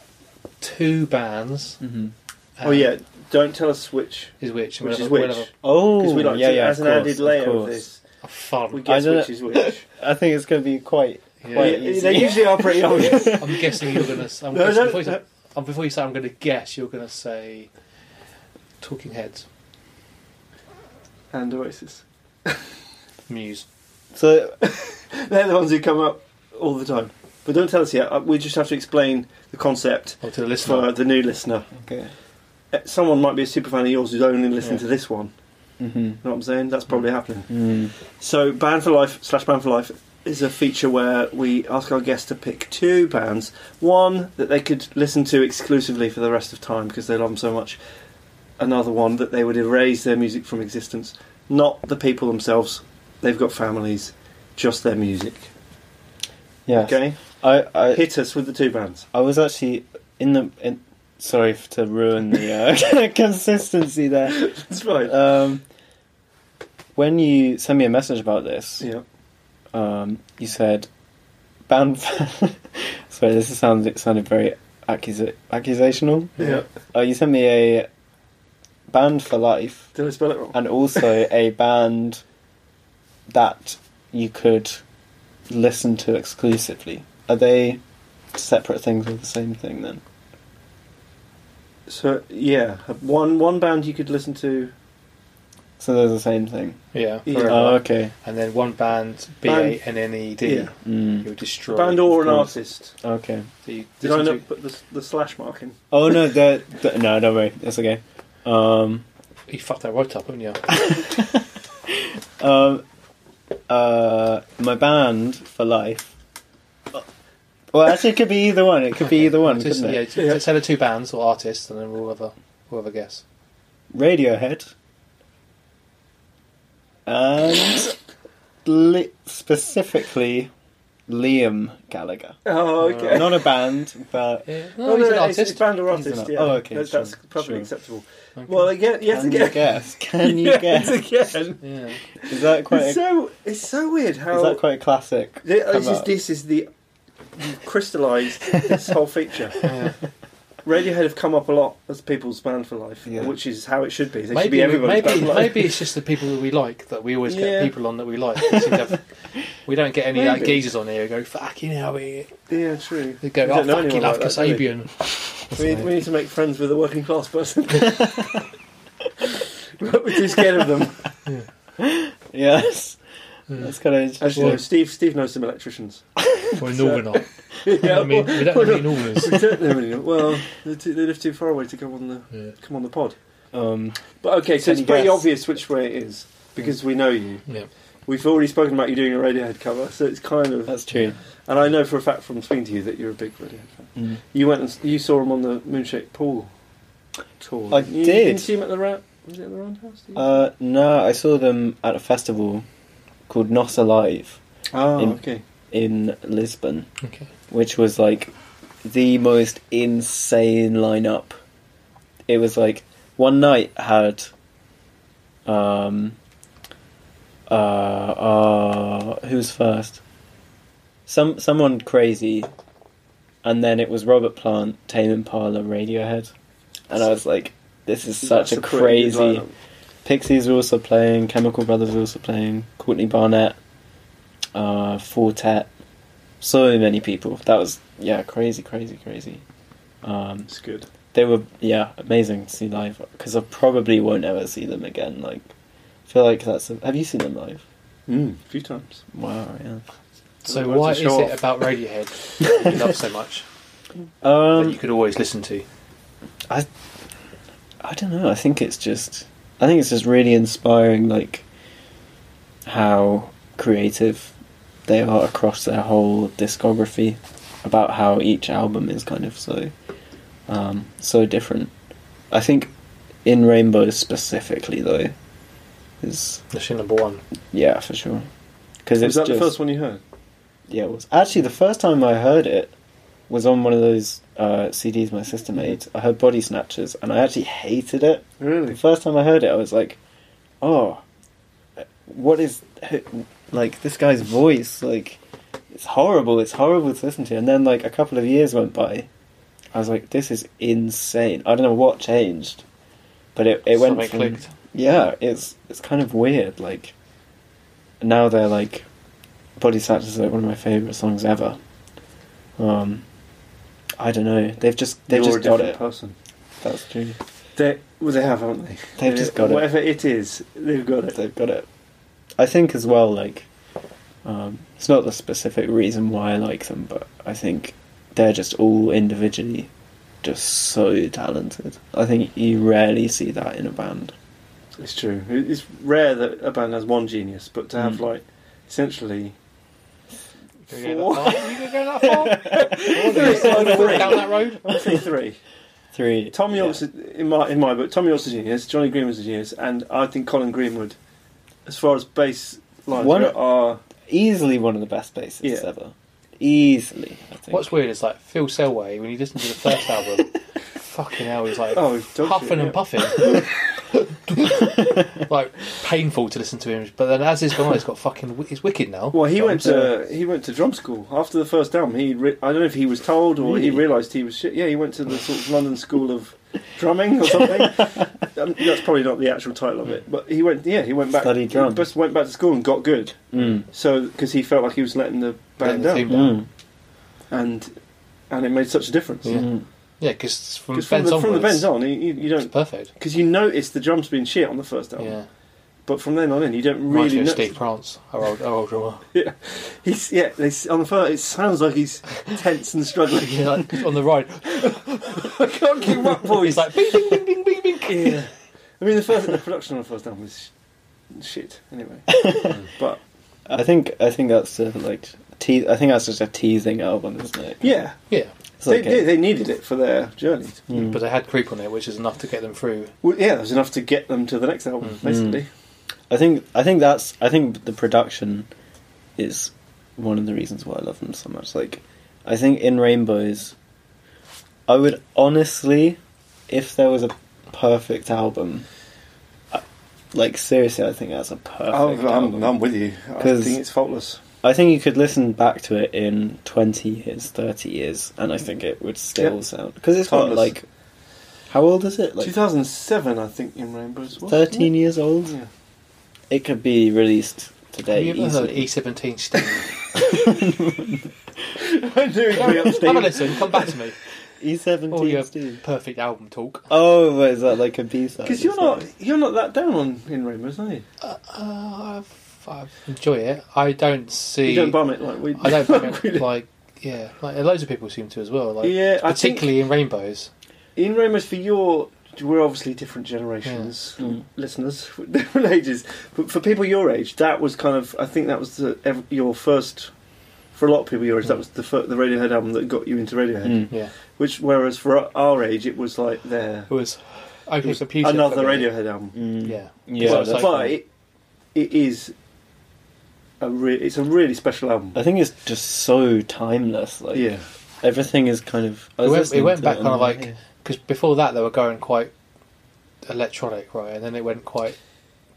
two bands.
hmm
um,
oh yeah. Don't tell us which
is which? and
which is
we'll have a- we'll
which.
have
Oh,
Because we like
yeah,
to,
yeah.
as
of
an
course,
added
of
layer of,
course.
this,
a fun.
we guess
don't-
which is which.
I think it's going to be quite
Yeah.
quite
Yeah,
easy.
they usually are pretty obvious.
I'm guessing you're gonna. I'm
No,
guessing,
no,
before, you say,
no.
um, before you say, I'm gonna guess you're gonna say Talking Heads,
and Oasis.
Muse.
so
They're the ones who come up all the time. But don't tell us yet. Uh, We just have to explain the concept
Or Oh, to the
for
listener.
the new listener.
okay.
Uh, Someone might be a super fan of yours who's only listened to
Yeah.
this one.
hmm
You know what I'm saying? That's probably happening.
Mm.
So, Band for Life slash Band for Life is a feature where we ask our guests to pick two bands. One that they could listen to exclusively for the rest of time because they love them so much. Another one that they would erase their music from existence. Not the people themselves. They've got families. Just their music.
Yeah.
Okay?
I I,
Hit us with the two bands.
I was actually in the in. Sorry f- to ruin the uh, consistency there.
That's right.
Um, when you send me a message about this,
yeah.
um, you said band. Sorry, this sounds it sounded very accusa- accusational.
Yeah.
Uh, you sent me a band for life
Did I spell it wrong?
and also a band that you could listen to exclusively? Are they separate things or the same thing then?
So yeah, one one band you could listen to.
So they're the same thing.
Yeah.
Yeah.
forever.
Oh, okay.
and then one band, B A N N E D.
Yeah.
Mm,
You'll destroy.
band or an
course.
artist.
okay.
So you
Did
listen
I
to-
not put the, the slash mark in?
Oh no, they're, th- no, don't worry, it's okay. Um,
You fucked that right up, haven't you?
um, uh, my band for life. Uh, Well, actually, it could be either one. It could be either one,
Just,
couldn't
yeah,
it?
just just say the two bands or artists, and then we'll have a we'll have a guess.
Radiohead and li- specifically Liam Gallagher.
Oh, okay.
Not a band, but
no,
Oh,
he's an
no,
artist.
it's- it's band or
He's an
artist.
ar-
Yeah.
oh, okay,
That- that's
sure,
probably
sure.
acceptable.
Okay.
Well, again, yes,
can you
again.
guess? Can you
Yes,
guess?
again.
yeah.
Is that quite?
It's
A,
so it's so weird how
is that quite a classic?
Th- This
come
is
up?
this is the you've crystallised this whole feature.
Yeah.
Radiohead have come up a lot as people's band for life,
Yeah.
which is how it should be. They should
Maybe
be everybody's
maybe
band for life.
maybe it's just the people that we like that we always get
Yeah.
people on that we like. We, seem to have- we don't get any like
Maybe.
geezers on here who go fucking hell. We
Yeah, true.
they go
We
oh,
don't know
fucking
anyone
love
like that, do we?
Kasabian.
We, we need to make friends with a working class person. but we're too scared of them.
Yes. That's kind of
As
interesting.
you know, Steve Steve knows some electricians.
We're Northerner.
yeah,
I mean, we don't
well,
have any Northerners.
we don't know anyone. Well, they they live too far away to come on the
Yeah.
come on the pod.
Um,
But okay, so
Can
it's
you
pretty
guess?
obvious which way it is because we know you.
Yeah.
We've already spoken about you doing a Radiohead cover, so it's kind of.
that's true.
And I know for a fact from speaking to you that you're a big Radiohead fan.
Mm.
You went and s- you saw him on the Moonshaped Pool tour.
I
didn't you,
did.
Didn't you see him at the round? Was it at the Roundhouse? Did you-
Uh, no, I saw them at a festival called Not Alive
oh,
in-
okay.
in Lisbon,
Okay.
which was like the most insane lineup. It was like one night had, um, uh, uh who's first? Some someone crazy, and then it was Robert Plant, Tame Impala, Radiohead, and I was like, this is such
That's
a
pretty good
crazy.
lineup.
Pixies were also playing, Chemical Brothers were also playing, Courtney Barnett, uh, Fortet, so many people. That was, yeah, crazy, crazy, crazy. Um,
It's good.
they were, yeah, amazing to see live, because I probably won't ever see them again. Like, I feel like that's a, Have you seen them live?
Mm, a few times.
Wow, yeah.
So
Otherwise
why
it's
is
short.
it about Radiohead that you love so much that you
Um,
could always listen to?
I don't know. I think it's just, I think it's just really inspiring, like, how creative they are across their whole discography, about how each album is kind of so, um, so different. I think in Rainbow specifically, though, is
That's your number one.
yeah for sure
Was
because it's
that
just,
the first one you heard?
yeah, it was actually the first time I heard it was on one of those uh, CDs my sister
Mm-hmm.
made. I heard Body Snatchers, and I actually hated it. The
Really?
first time I heard it, I was like, "Oh, what is who- like this guy's voice? Like, it's horrible. It's horrible to listen to." And then, like a couple of years went by, I was like, "This is insane." I don't know what changed, but it it went
Something
from,
clicked.
yeah, it's it's kind of weird. Like now they're like Body Snatchers is like one of my favorite songs ever. Um, I don't know. They've just they've
You're a
just got
different
it.
person.
That's true.
They, well, they have, haven't they?
They've
They-
just got it.
Uh, Whatever it is, they've got it.
They've got it. I think as well. Like um, it's not the specific reason why I like them, but I think they're just all individually just so talented. I think you rarely see that in a band.
It's true. It- It's rare that a band has one genius, but to have
Mm.
like essentially
You gonna
Four.
go that far? You gonna go that far? Or do you just wanna walk down that road?
three, three.
Three.
Tom
yeah.
York's in my in my book. Tom York's a genius. Johnny Green was a genius, and I think Colin Greenwood, as far as bass lines
One-
go, are
easily one of the best bassists
Yeah.
ever. Easily, I think.
What's weird is like Phil Selway when you listen to the first album, fucking hell, he's like
oh dog shit,
puffing
yeah.
and puffing, like painful to listen to him. But then as he's gone on, he's got fucking wi- he's wicked now.
Well, he went
Drums,
to he went to drum school after the first album. He re- I don't know if he was told or he
Really?
realised he was shit. Yeah, he went to the sort of London School of Drumming or something, um, that's probably not the actual title of it, but he went. Yeah, he went back.
Studied drums.
He just went back to school and got good.
Mm.
So because he felt like he was letting the band
Letting the
down,
team
Mm.
and and it made such a difference.
Yeah.
Mm.
Yeah, because from,
Because from,
Ben's
the, from the
onwards,
bends on, you, you, you
it's
don't
perfect.
because you notice the drums being shit on the first album,
Yeah,
but from then on in, you don't
really
really.
of
know.
Steve Prance, our old, our old drummer.
He's yeah. They, s- on the first, it sounds like he's tense and struggling.
Yeah, like, on the right,
I can't keep up, boys.
he's like bing bing bing bing bing bing.
yeah. I mean, the first the production on the first album was sh- shit anyway, but
I think I think that's uh, like te- I think that's just a teasing album, isn't it?
yeah,
Yeah,
It's
they,
like
they
a-
they needed it for their journey.
Mm.
but they had creep on it, which is enough to get them through.
Well, yeah, that was enough to get them to the next album,
Mm.
basically.
I think I think that's I think the production is one of the reasons why I love them so much. Like I think in Rainbows I would honestly if there was a perfect album I- like seriously I think that's a perfect
I'm,
album.
um, I'm, I'm with you. I
'Cause-
think it's faultless.
I think you could listen back to it in 20 years, 30 years and I
Mm.
think it would still
Yep.
sound because it's got
Timeless.
like how old is it? Like
2007, I think, in Rainbows. was
13 years old.
Yeah.
It could be released today
Mm. Have you ever heard E
easily.
E17 Steam?
I knew it would be up
Have a
Steve.
listen. Come back to me.
E17
Oh, yeah.
Steve.
Perfect album talk.
Oh, wait, is that like a B side?
Because you're not you're not that down on in Rainbows, are you?
Uh, I've, I enjoy it. I don't see.
You don't bum it like we.
I don't think
we
it,
do.
like. Yeah, like loads of people seem to as well. Like
Yeah, I think-
particularly in rainbows.
in Rainbows for your. We're obviously different generations,
Yeah. Mm.
listeners, with different ages. But for people your age, that was kind of I think that was the, ev- your first. For a lot of people your age, that was the fir- the Radiohead album that got you into Radiohead.
Mm.
Yeah,
Which, whereas for our age, it was like their
it was.
it
Okay,
was
computer.
another
for me.
Radiohead album.
Mm.
Yeah.
Yeah,
Well,
but
it's like-
that's-
but it, it is a re- it's a really special album.
I think it's just so timeless. Like
yeah,
everything is kind of. I
It went-
was
it
listening
went
to
back
on
kind of
the
like-
way.
because before that they were going quite electronic, right? And then it went quite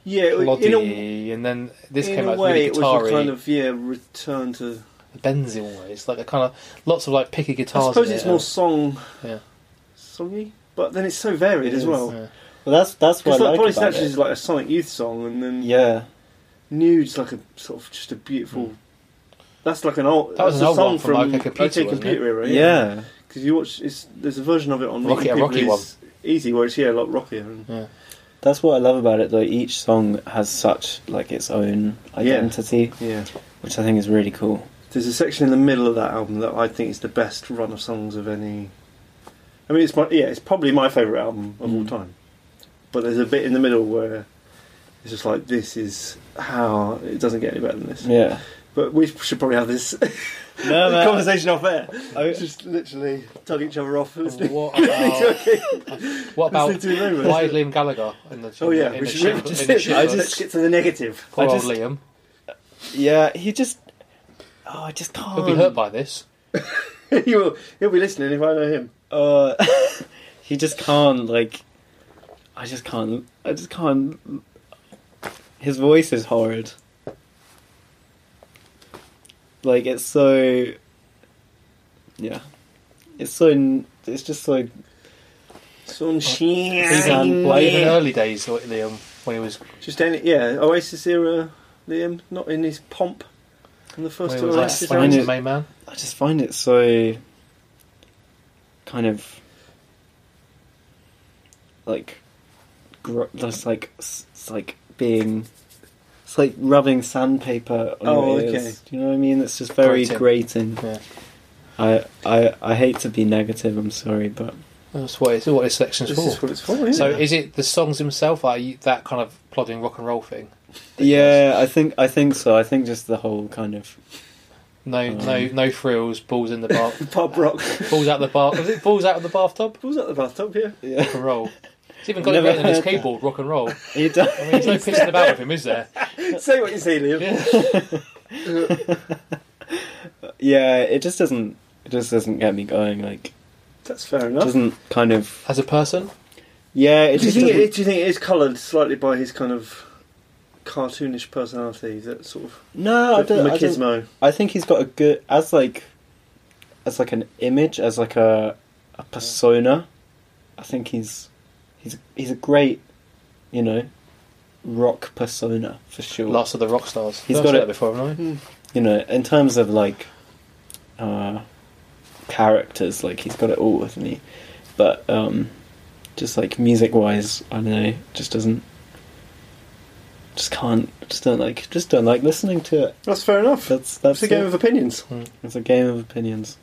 yeah.
ploddy,
In a,
and then this
in
came
a
out
way,
really
it was
guitar-y,
a kind of yeah return to.
Benzy almost, like a kind of lots of like picky
I
guitars.
suppose
in
it's
it.
more song,
Yeah.
songy, but then it's so varied
It
as
is.
well.
Yeah.
Well, that's that's
Because
what I
like,
like
Body
about
Snatchers
it.
is like a Sonic Youth song, and then
yeah,
Nude's like a sort of just a beautiful. That's like an old.
Hmm. That was
that's
an
a
old
song
one from, like, a computer,
OK
wasn't it?
Computer era.
yeah,
Because you watch, it's, there's a version of it on
Rocky- a
YouTube
Rocky
that
one.
is Easy, where it's yeah, a lot rockier. And,
Yeah.
That's what I love about it. Though each song has such like its own
Yeah.
identity,
yeah,
which I think is really cool.
there's a section in the middle of that album that I think is the best run of songs of any. I mean, it's my yeah, it's probably my favorite album of all
Mm.
time. But there's a bit in the middle where it's just like this is how it doesn't get any better than this.
Yeah.
But we should probably have this
No,
conversation off air.
I-
Just literally tug each other off. Listening,
What
listening
about,
to,
what about
listening to the rumors.
why Liam Gallagher in the
Oh yeah,
in
we
the
should,
shit- in the
just,
shit
I
bus?
let's get to the negative.
poor
I
old
just-
Liam.
Yeah, he just. Oh, I just can't.
He'll be hurt by this.
he will, he'll be listening if I know him.
uh, he just can't like i just can't i just can't his voice is horrid like it's so yeah it's so n- it's just so
Sunshine.
Even, like, um, even early days, like Liam, when he was
Just any, yeah, Oasis era Liam, not in his pomp. On the first
when he
two
was
I
like,
Oasis
just
when
find
he
albums.
was the
it-
main man.
i just find it so kind of like gr- that's like s- it's like being it's like rubbing sandpaper on
Oh,
your ears.
okay.
Do you know what I mean? It's just very
Grating.
grating.
Yeah.
I, I I hate to be negative. I'm sorry, but
That's what it's what his section's
This
for.
is what it's for, isn't
So
it?
is it the songs themselves? Are you, that kind of plodding rock and roll thing?
yeah, I think I think so. I think just the whole kind of
No,
Mm.
no, no frills. Balls in the bath.
Pub rock.
balls out the bath. Was it balls out of the bathtub?
Who's at the bathtub here?
yeah.
Rock and roll. It's even got it
Never
written on his
heard that.
keyboard. Rock and roll.
He does.
I mean, there's no pissing about with him, is there?
Say what you say, Liam.
Yeah.
yeah, it just doesn't it just doesn't get me going. Like
That's fair
it
enough.
doesn't kind of
As a person,
yeah. It
do, you
just
think
doesn't,
it, do you think it is coloured slightly by his kind of cartoonish personality? That sort of
no. I don't, I don't-
machismo.
I think he's got a good as like as like an image as like a a persona. I think he's he's he's a great you know, rock persona for sure.
Last of the rock stars.
He's
I've
got
said
it.
that before, haven't I?
You know, in terms of like uh, characters, like he's got it all, hasn't he? But um, just like music wise, I don't know, just doesn't. Just can't. Just don't like. Just don't like listening to it.
That's fair enough.
That's that's
it's a game
it.
of opinions.
It's a game of opinions.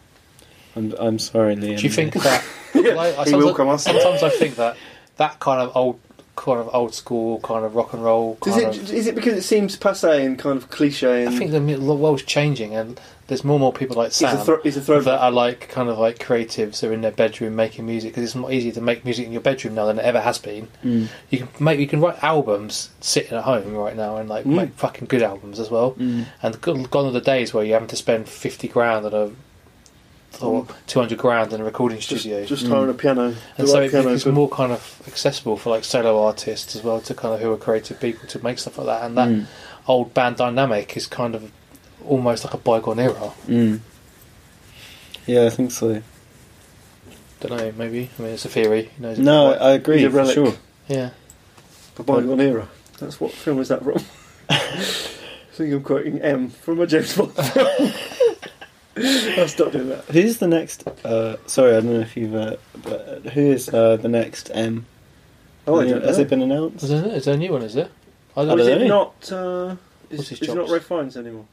I'm I'm sorry, Liam.
Do you think that?
Yeah,
Well, I- I
he will
sometimes-
come us.
Sometimes I think that that kind of old, kind of old school, kind of rock and roll.
Does
kind
it,
of-
is it because it seems passe and kind of cliche
I
and
think the mu- the world's changing, and there's more and more people like
he's,
Sam
a thro- he's a
that
throwback?
are like kind of like creatives who are in their bedroom making music because it's more easy to make music in your bedroom now than it ever has been.
Mm.
You can make you can write albums sitting at home right now and like
Mm.
make fucking good albums as well.
Mm.
And go- gone are the days where you having to spend fifty grand on a or two hundred grand in a recording
Mm. Just,
studio.
just hiring a piano.
and
the
so
right
it,
piano
it's
could-
more kind of accessible for like solo artists as well to kind of who are creative people to make stuff like that. And that
Hmm.
Mm.
old band dynamic is kind of almost like a bygone era.
Mm. Yeah, I think so.
Don't know, maybe. I mean, it's a theory. Who knows if
No,
it's right.
I agree
He's a
for
relic.
sure.
yeah.
The bygone era. Um, That's what film is that from? I think I'm quoting M from a James Bond. film. I'll stop doing that.
Who's the next? Uh, sorry, I don't know if you've. Uh, but who is uh, the next M?
Oh, I don't
has
know.
it been announced?
Is there, is there a new one, is it? I
Oh,
don't
is
know.
don't
it
know.
not? Uh,
What's
is
his
is it not
jobs?
Ray Fiennes anymore?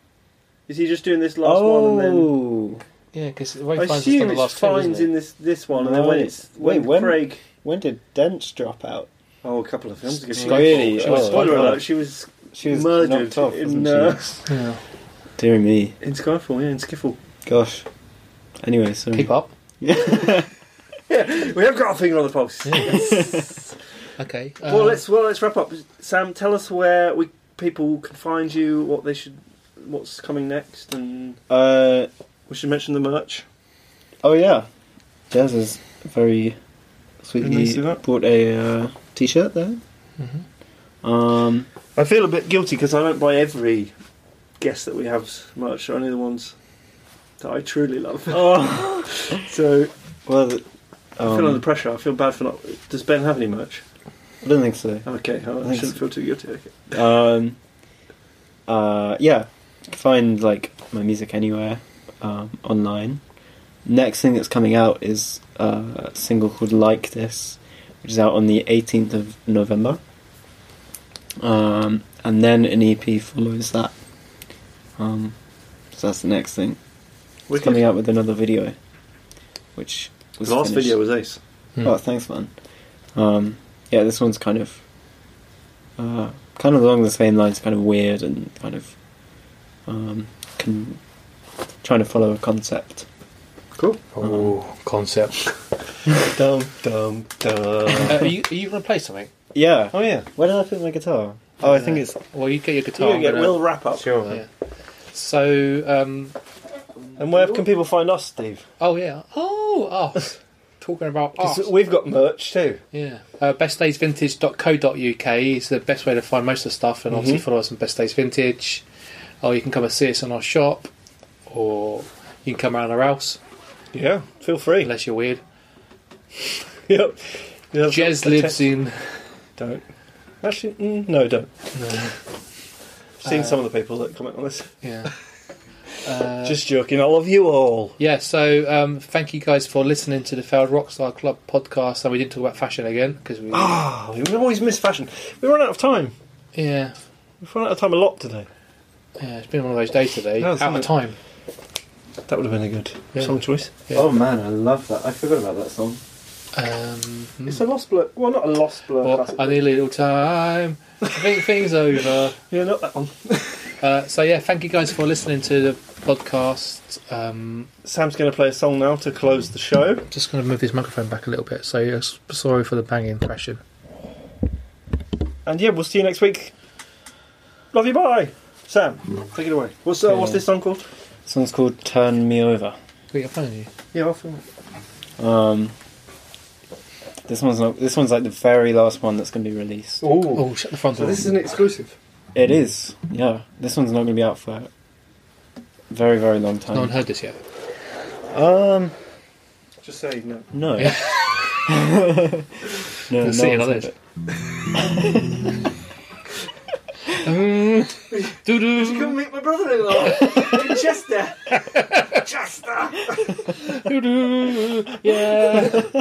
Is he just doing this last
oh,
one and then?
Yeah, because Ray
I
Fiennes has done
assume
the
it's
last two,
Fiennes
isn't
in
it?
this this one, and then when
Right.
it's when,
Wait, when-
Craig.
when did Dench drop out?
Oh, a couple of films ago.
Skyfall.
Really?
She was
Oh.
Spoiler
Skyfall.
alert: She was
She was
murdered
knocked off.
in
wasn't
uh,
Yeah.
she? Dear me,
in Skyfall. Yeah, in Skiffle.
gosh. Anyway, so
Keep up.
Yeah, we have got our finger on the pulse.
Okay.
Well, let's well let's wrap up. Sam, tell us where we people can find you, what they should, what's coming next, and
Uh,
we should mention the merch.
oh yeah, Jazz has very
Didn't I
sweetly
see that?
bought a uh, t-shirt there.
Mhm.
Um,
I feel a bit guilty because I don't buy every guest that we have merch. Only the ones that I truly love.
oh,
so
well, th-
I feel under
um,
pressure. I feel bad for not. Does Ben have any merch?
I don't think so.
Okay, I
Thanks.
shouldn't feel too guilty. Okay.
um, uh, yeah, you can find like my music anywhere um, online. Next thing that's coming out is uh, a single called "Like This," which is out on the 18th of November, um, and then an EP follows that. Um, so that's the next thing. It's coming out with another video, which was
The last
finished-
video was ace.
Hmm.
Oh, thanks, man. Um, yeah, this one's kind of, uh, kind of along the same lines, kind of weird and kind of, um, con- trying to follow a concept.
Oh, concept.
Dum dum dum.
Uh, are you, are you going to play something?
Yeah.
Oh yeah.
Where did I put my guitar? Oh, I think it's
Well, you get your
You
guitar.
get
I'm
will
gonna-
wrap up.
sure.
Yeah. So, um,
And where can people find us, Steve?
oh yeah. Oh, us. Talking about us.
we've got merch too.
Yeah. Uh, bestdaysvintage.co.uk is the best way to find most of the stuff, and
Mhm.
obviously follow us on Best Days Vintage. Or you can come and see us in our shop, or you can come around our house,
Yeah, feel free.
unless you're weird.
yep.
Jez lives in.
Don't. Actually, mm, no, don't. I've seen some of the people that comment on this.
Yeah. Uh,
Just joking. I love you all.
yeah, so um, thank you guys for listening to the Failed Rockstar Club podcast. And we didn't talk about fashion again because we.
Ah, we always miss fashion. We run out of time.
Yeah,
We've run out of time a lot today.
yeah, it's been one of those days today.
No, it's
out
not.
of time.
That would have been a good
Yeah.
song choice.
Yeah. Oh,
man, I love that. I forgot about that song.
Um,
It's a lost blur. Well, not a lost blur.
well,
classic.
I need a little time. I think things over.
yeah, not that one.
Uh, so yeah, thank you guys for listening to the podcast. Um,
Sam's going to play a song now to close the show.
just going to move this microphone back a little bit. So uh, s- sorry for the banging pressure.
And yeah, we'll see you next week. Love you, bye. Sam,
Mm.
take it away. What's uh, what's
Yeah.
this song called?
This one's called "Turn Me Over."
Got your phone, you?
Yeah, I'll film it.
Um, this one's not. This one's like the very last one that's going to be released.
Oh, shut the front door.
exclusive.
It is, yeah. This one's not going to be out for a very, very long
no one
time.
heard this yet.
Um,
Just say no.
no.
Yeah.
no,
You'll see it
one's
on
heard
this.
it.
Doo-doo.
Come meet my brother-in-law in Chester. Chester.
Doo-doo. Yeah.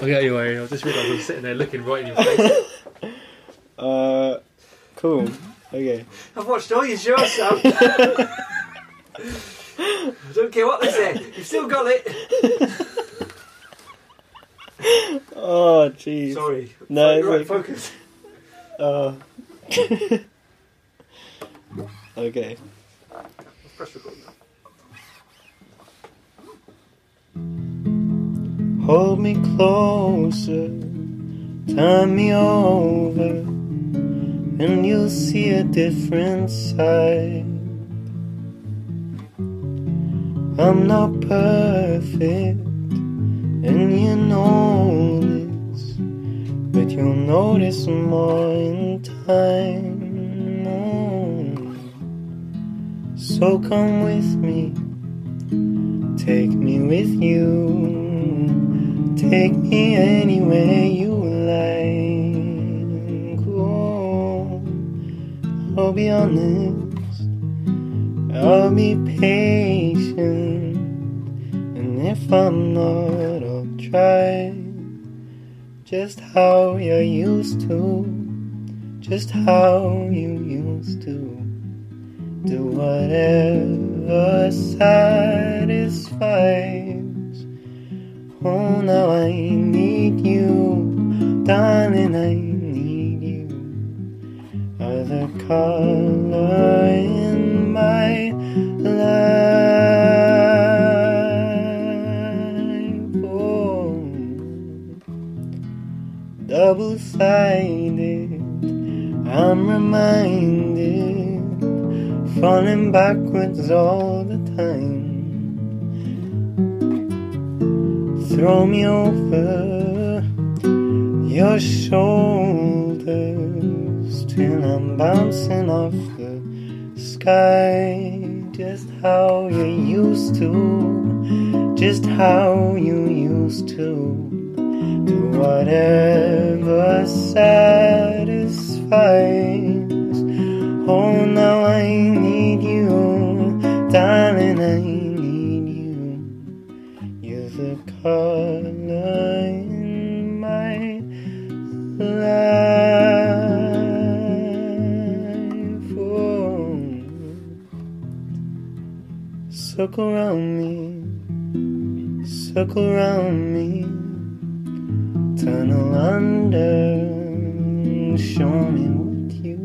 okay, anyway, I just realised I'm sitting there looking right in your face.
Uh, cool. Okay.
I've watched all your shows, Sam. I don't care what they say. You've still got it.
Oh, jeez.
Sorry.
No,
Right,
it's
focus.
Uh, okay.
Press record now.
Hold me closer, turn me over, and you'll see a different side. I'm not perfect, and you know this, but you'll notice more in time. Oh. So come with me, take me with you. Take me anywhere you like. Oh, I'll be honest. I'll be patient. And if I'm not, I'll try. Just how you're used to. Just how you used to. Do whatever satisfies. Oh, now I need you, darling, I need you. Other color in my life. Oh, double sided, I'm reminded, falling backwards all the time. Throw me over your shoulders till I'm bouncing off the sky. Just how you used to, just how you used to do whatever satisfies. Oh, now I need you, darling, I need you. You're the color in my life. Oh. Circle around me, circle around me, tunnel under, show me what you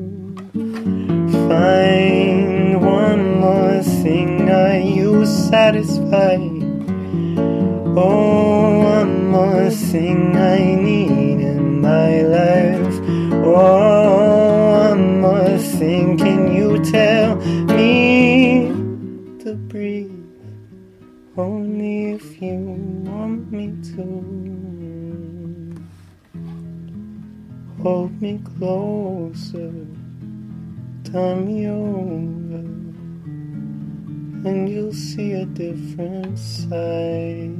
find. One more thing, are you satisfied? Oh, one more thing I need in my life. Oh, one more thing. Can you tell me to breathe? Only if you want me to. Hold me closer, turn me over and you'll see a different side.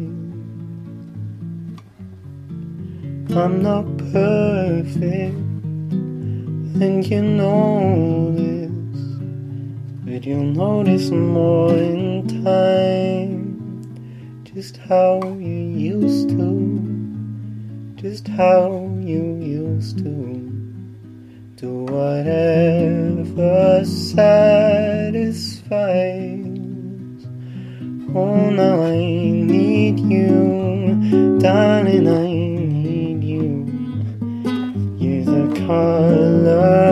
I'm not perfect, and you know this, but you'll notice more in time just how you used to, just how you used to. Do whatever satisfies. Oh, now I need you, darling. I need you. You're the color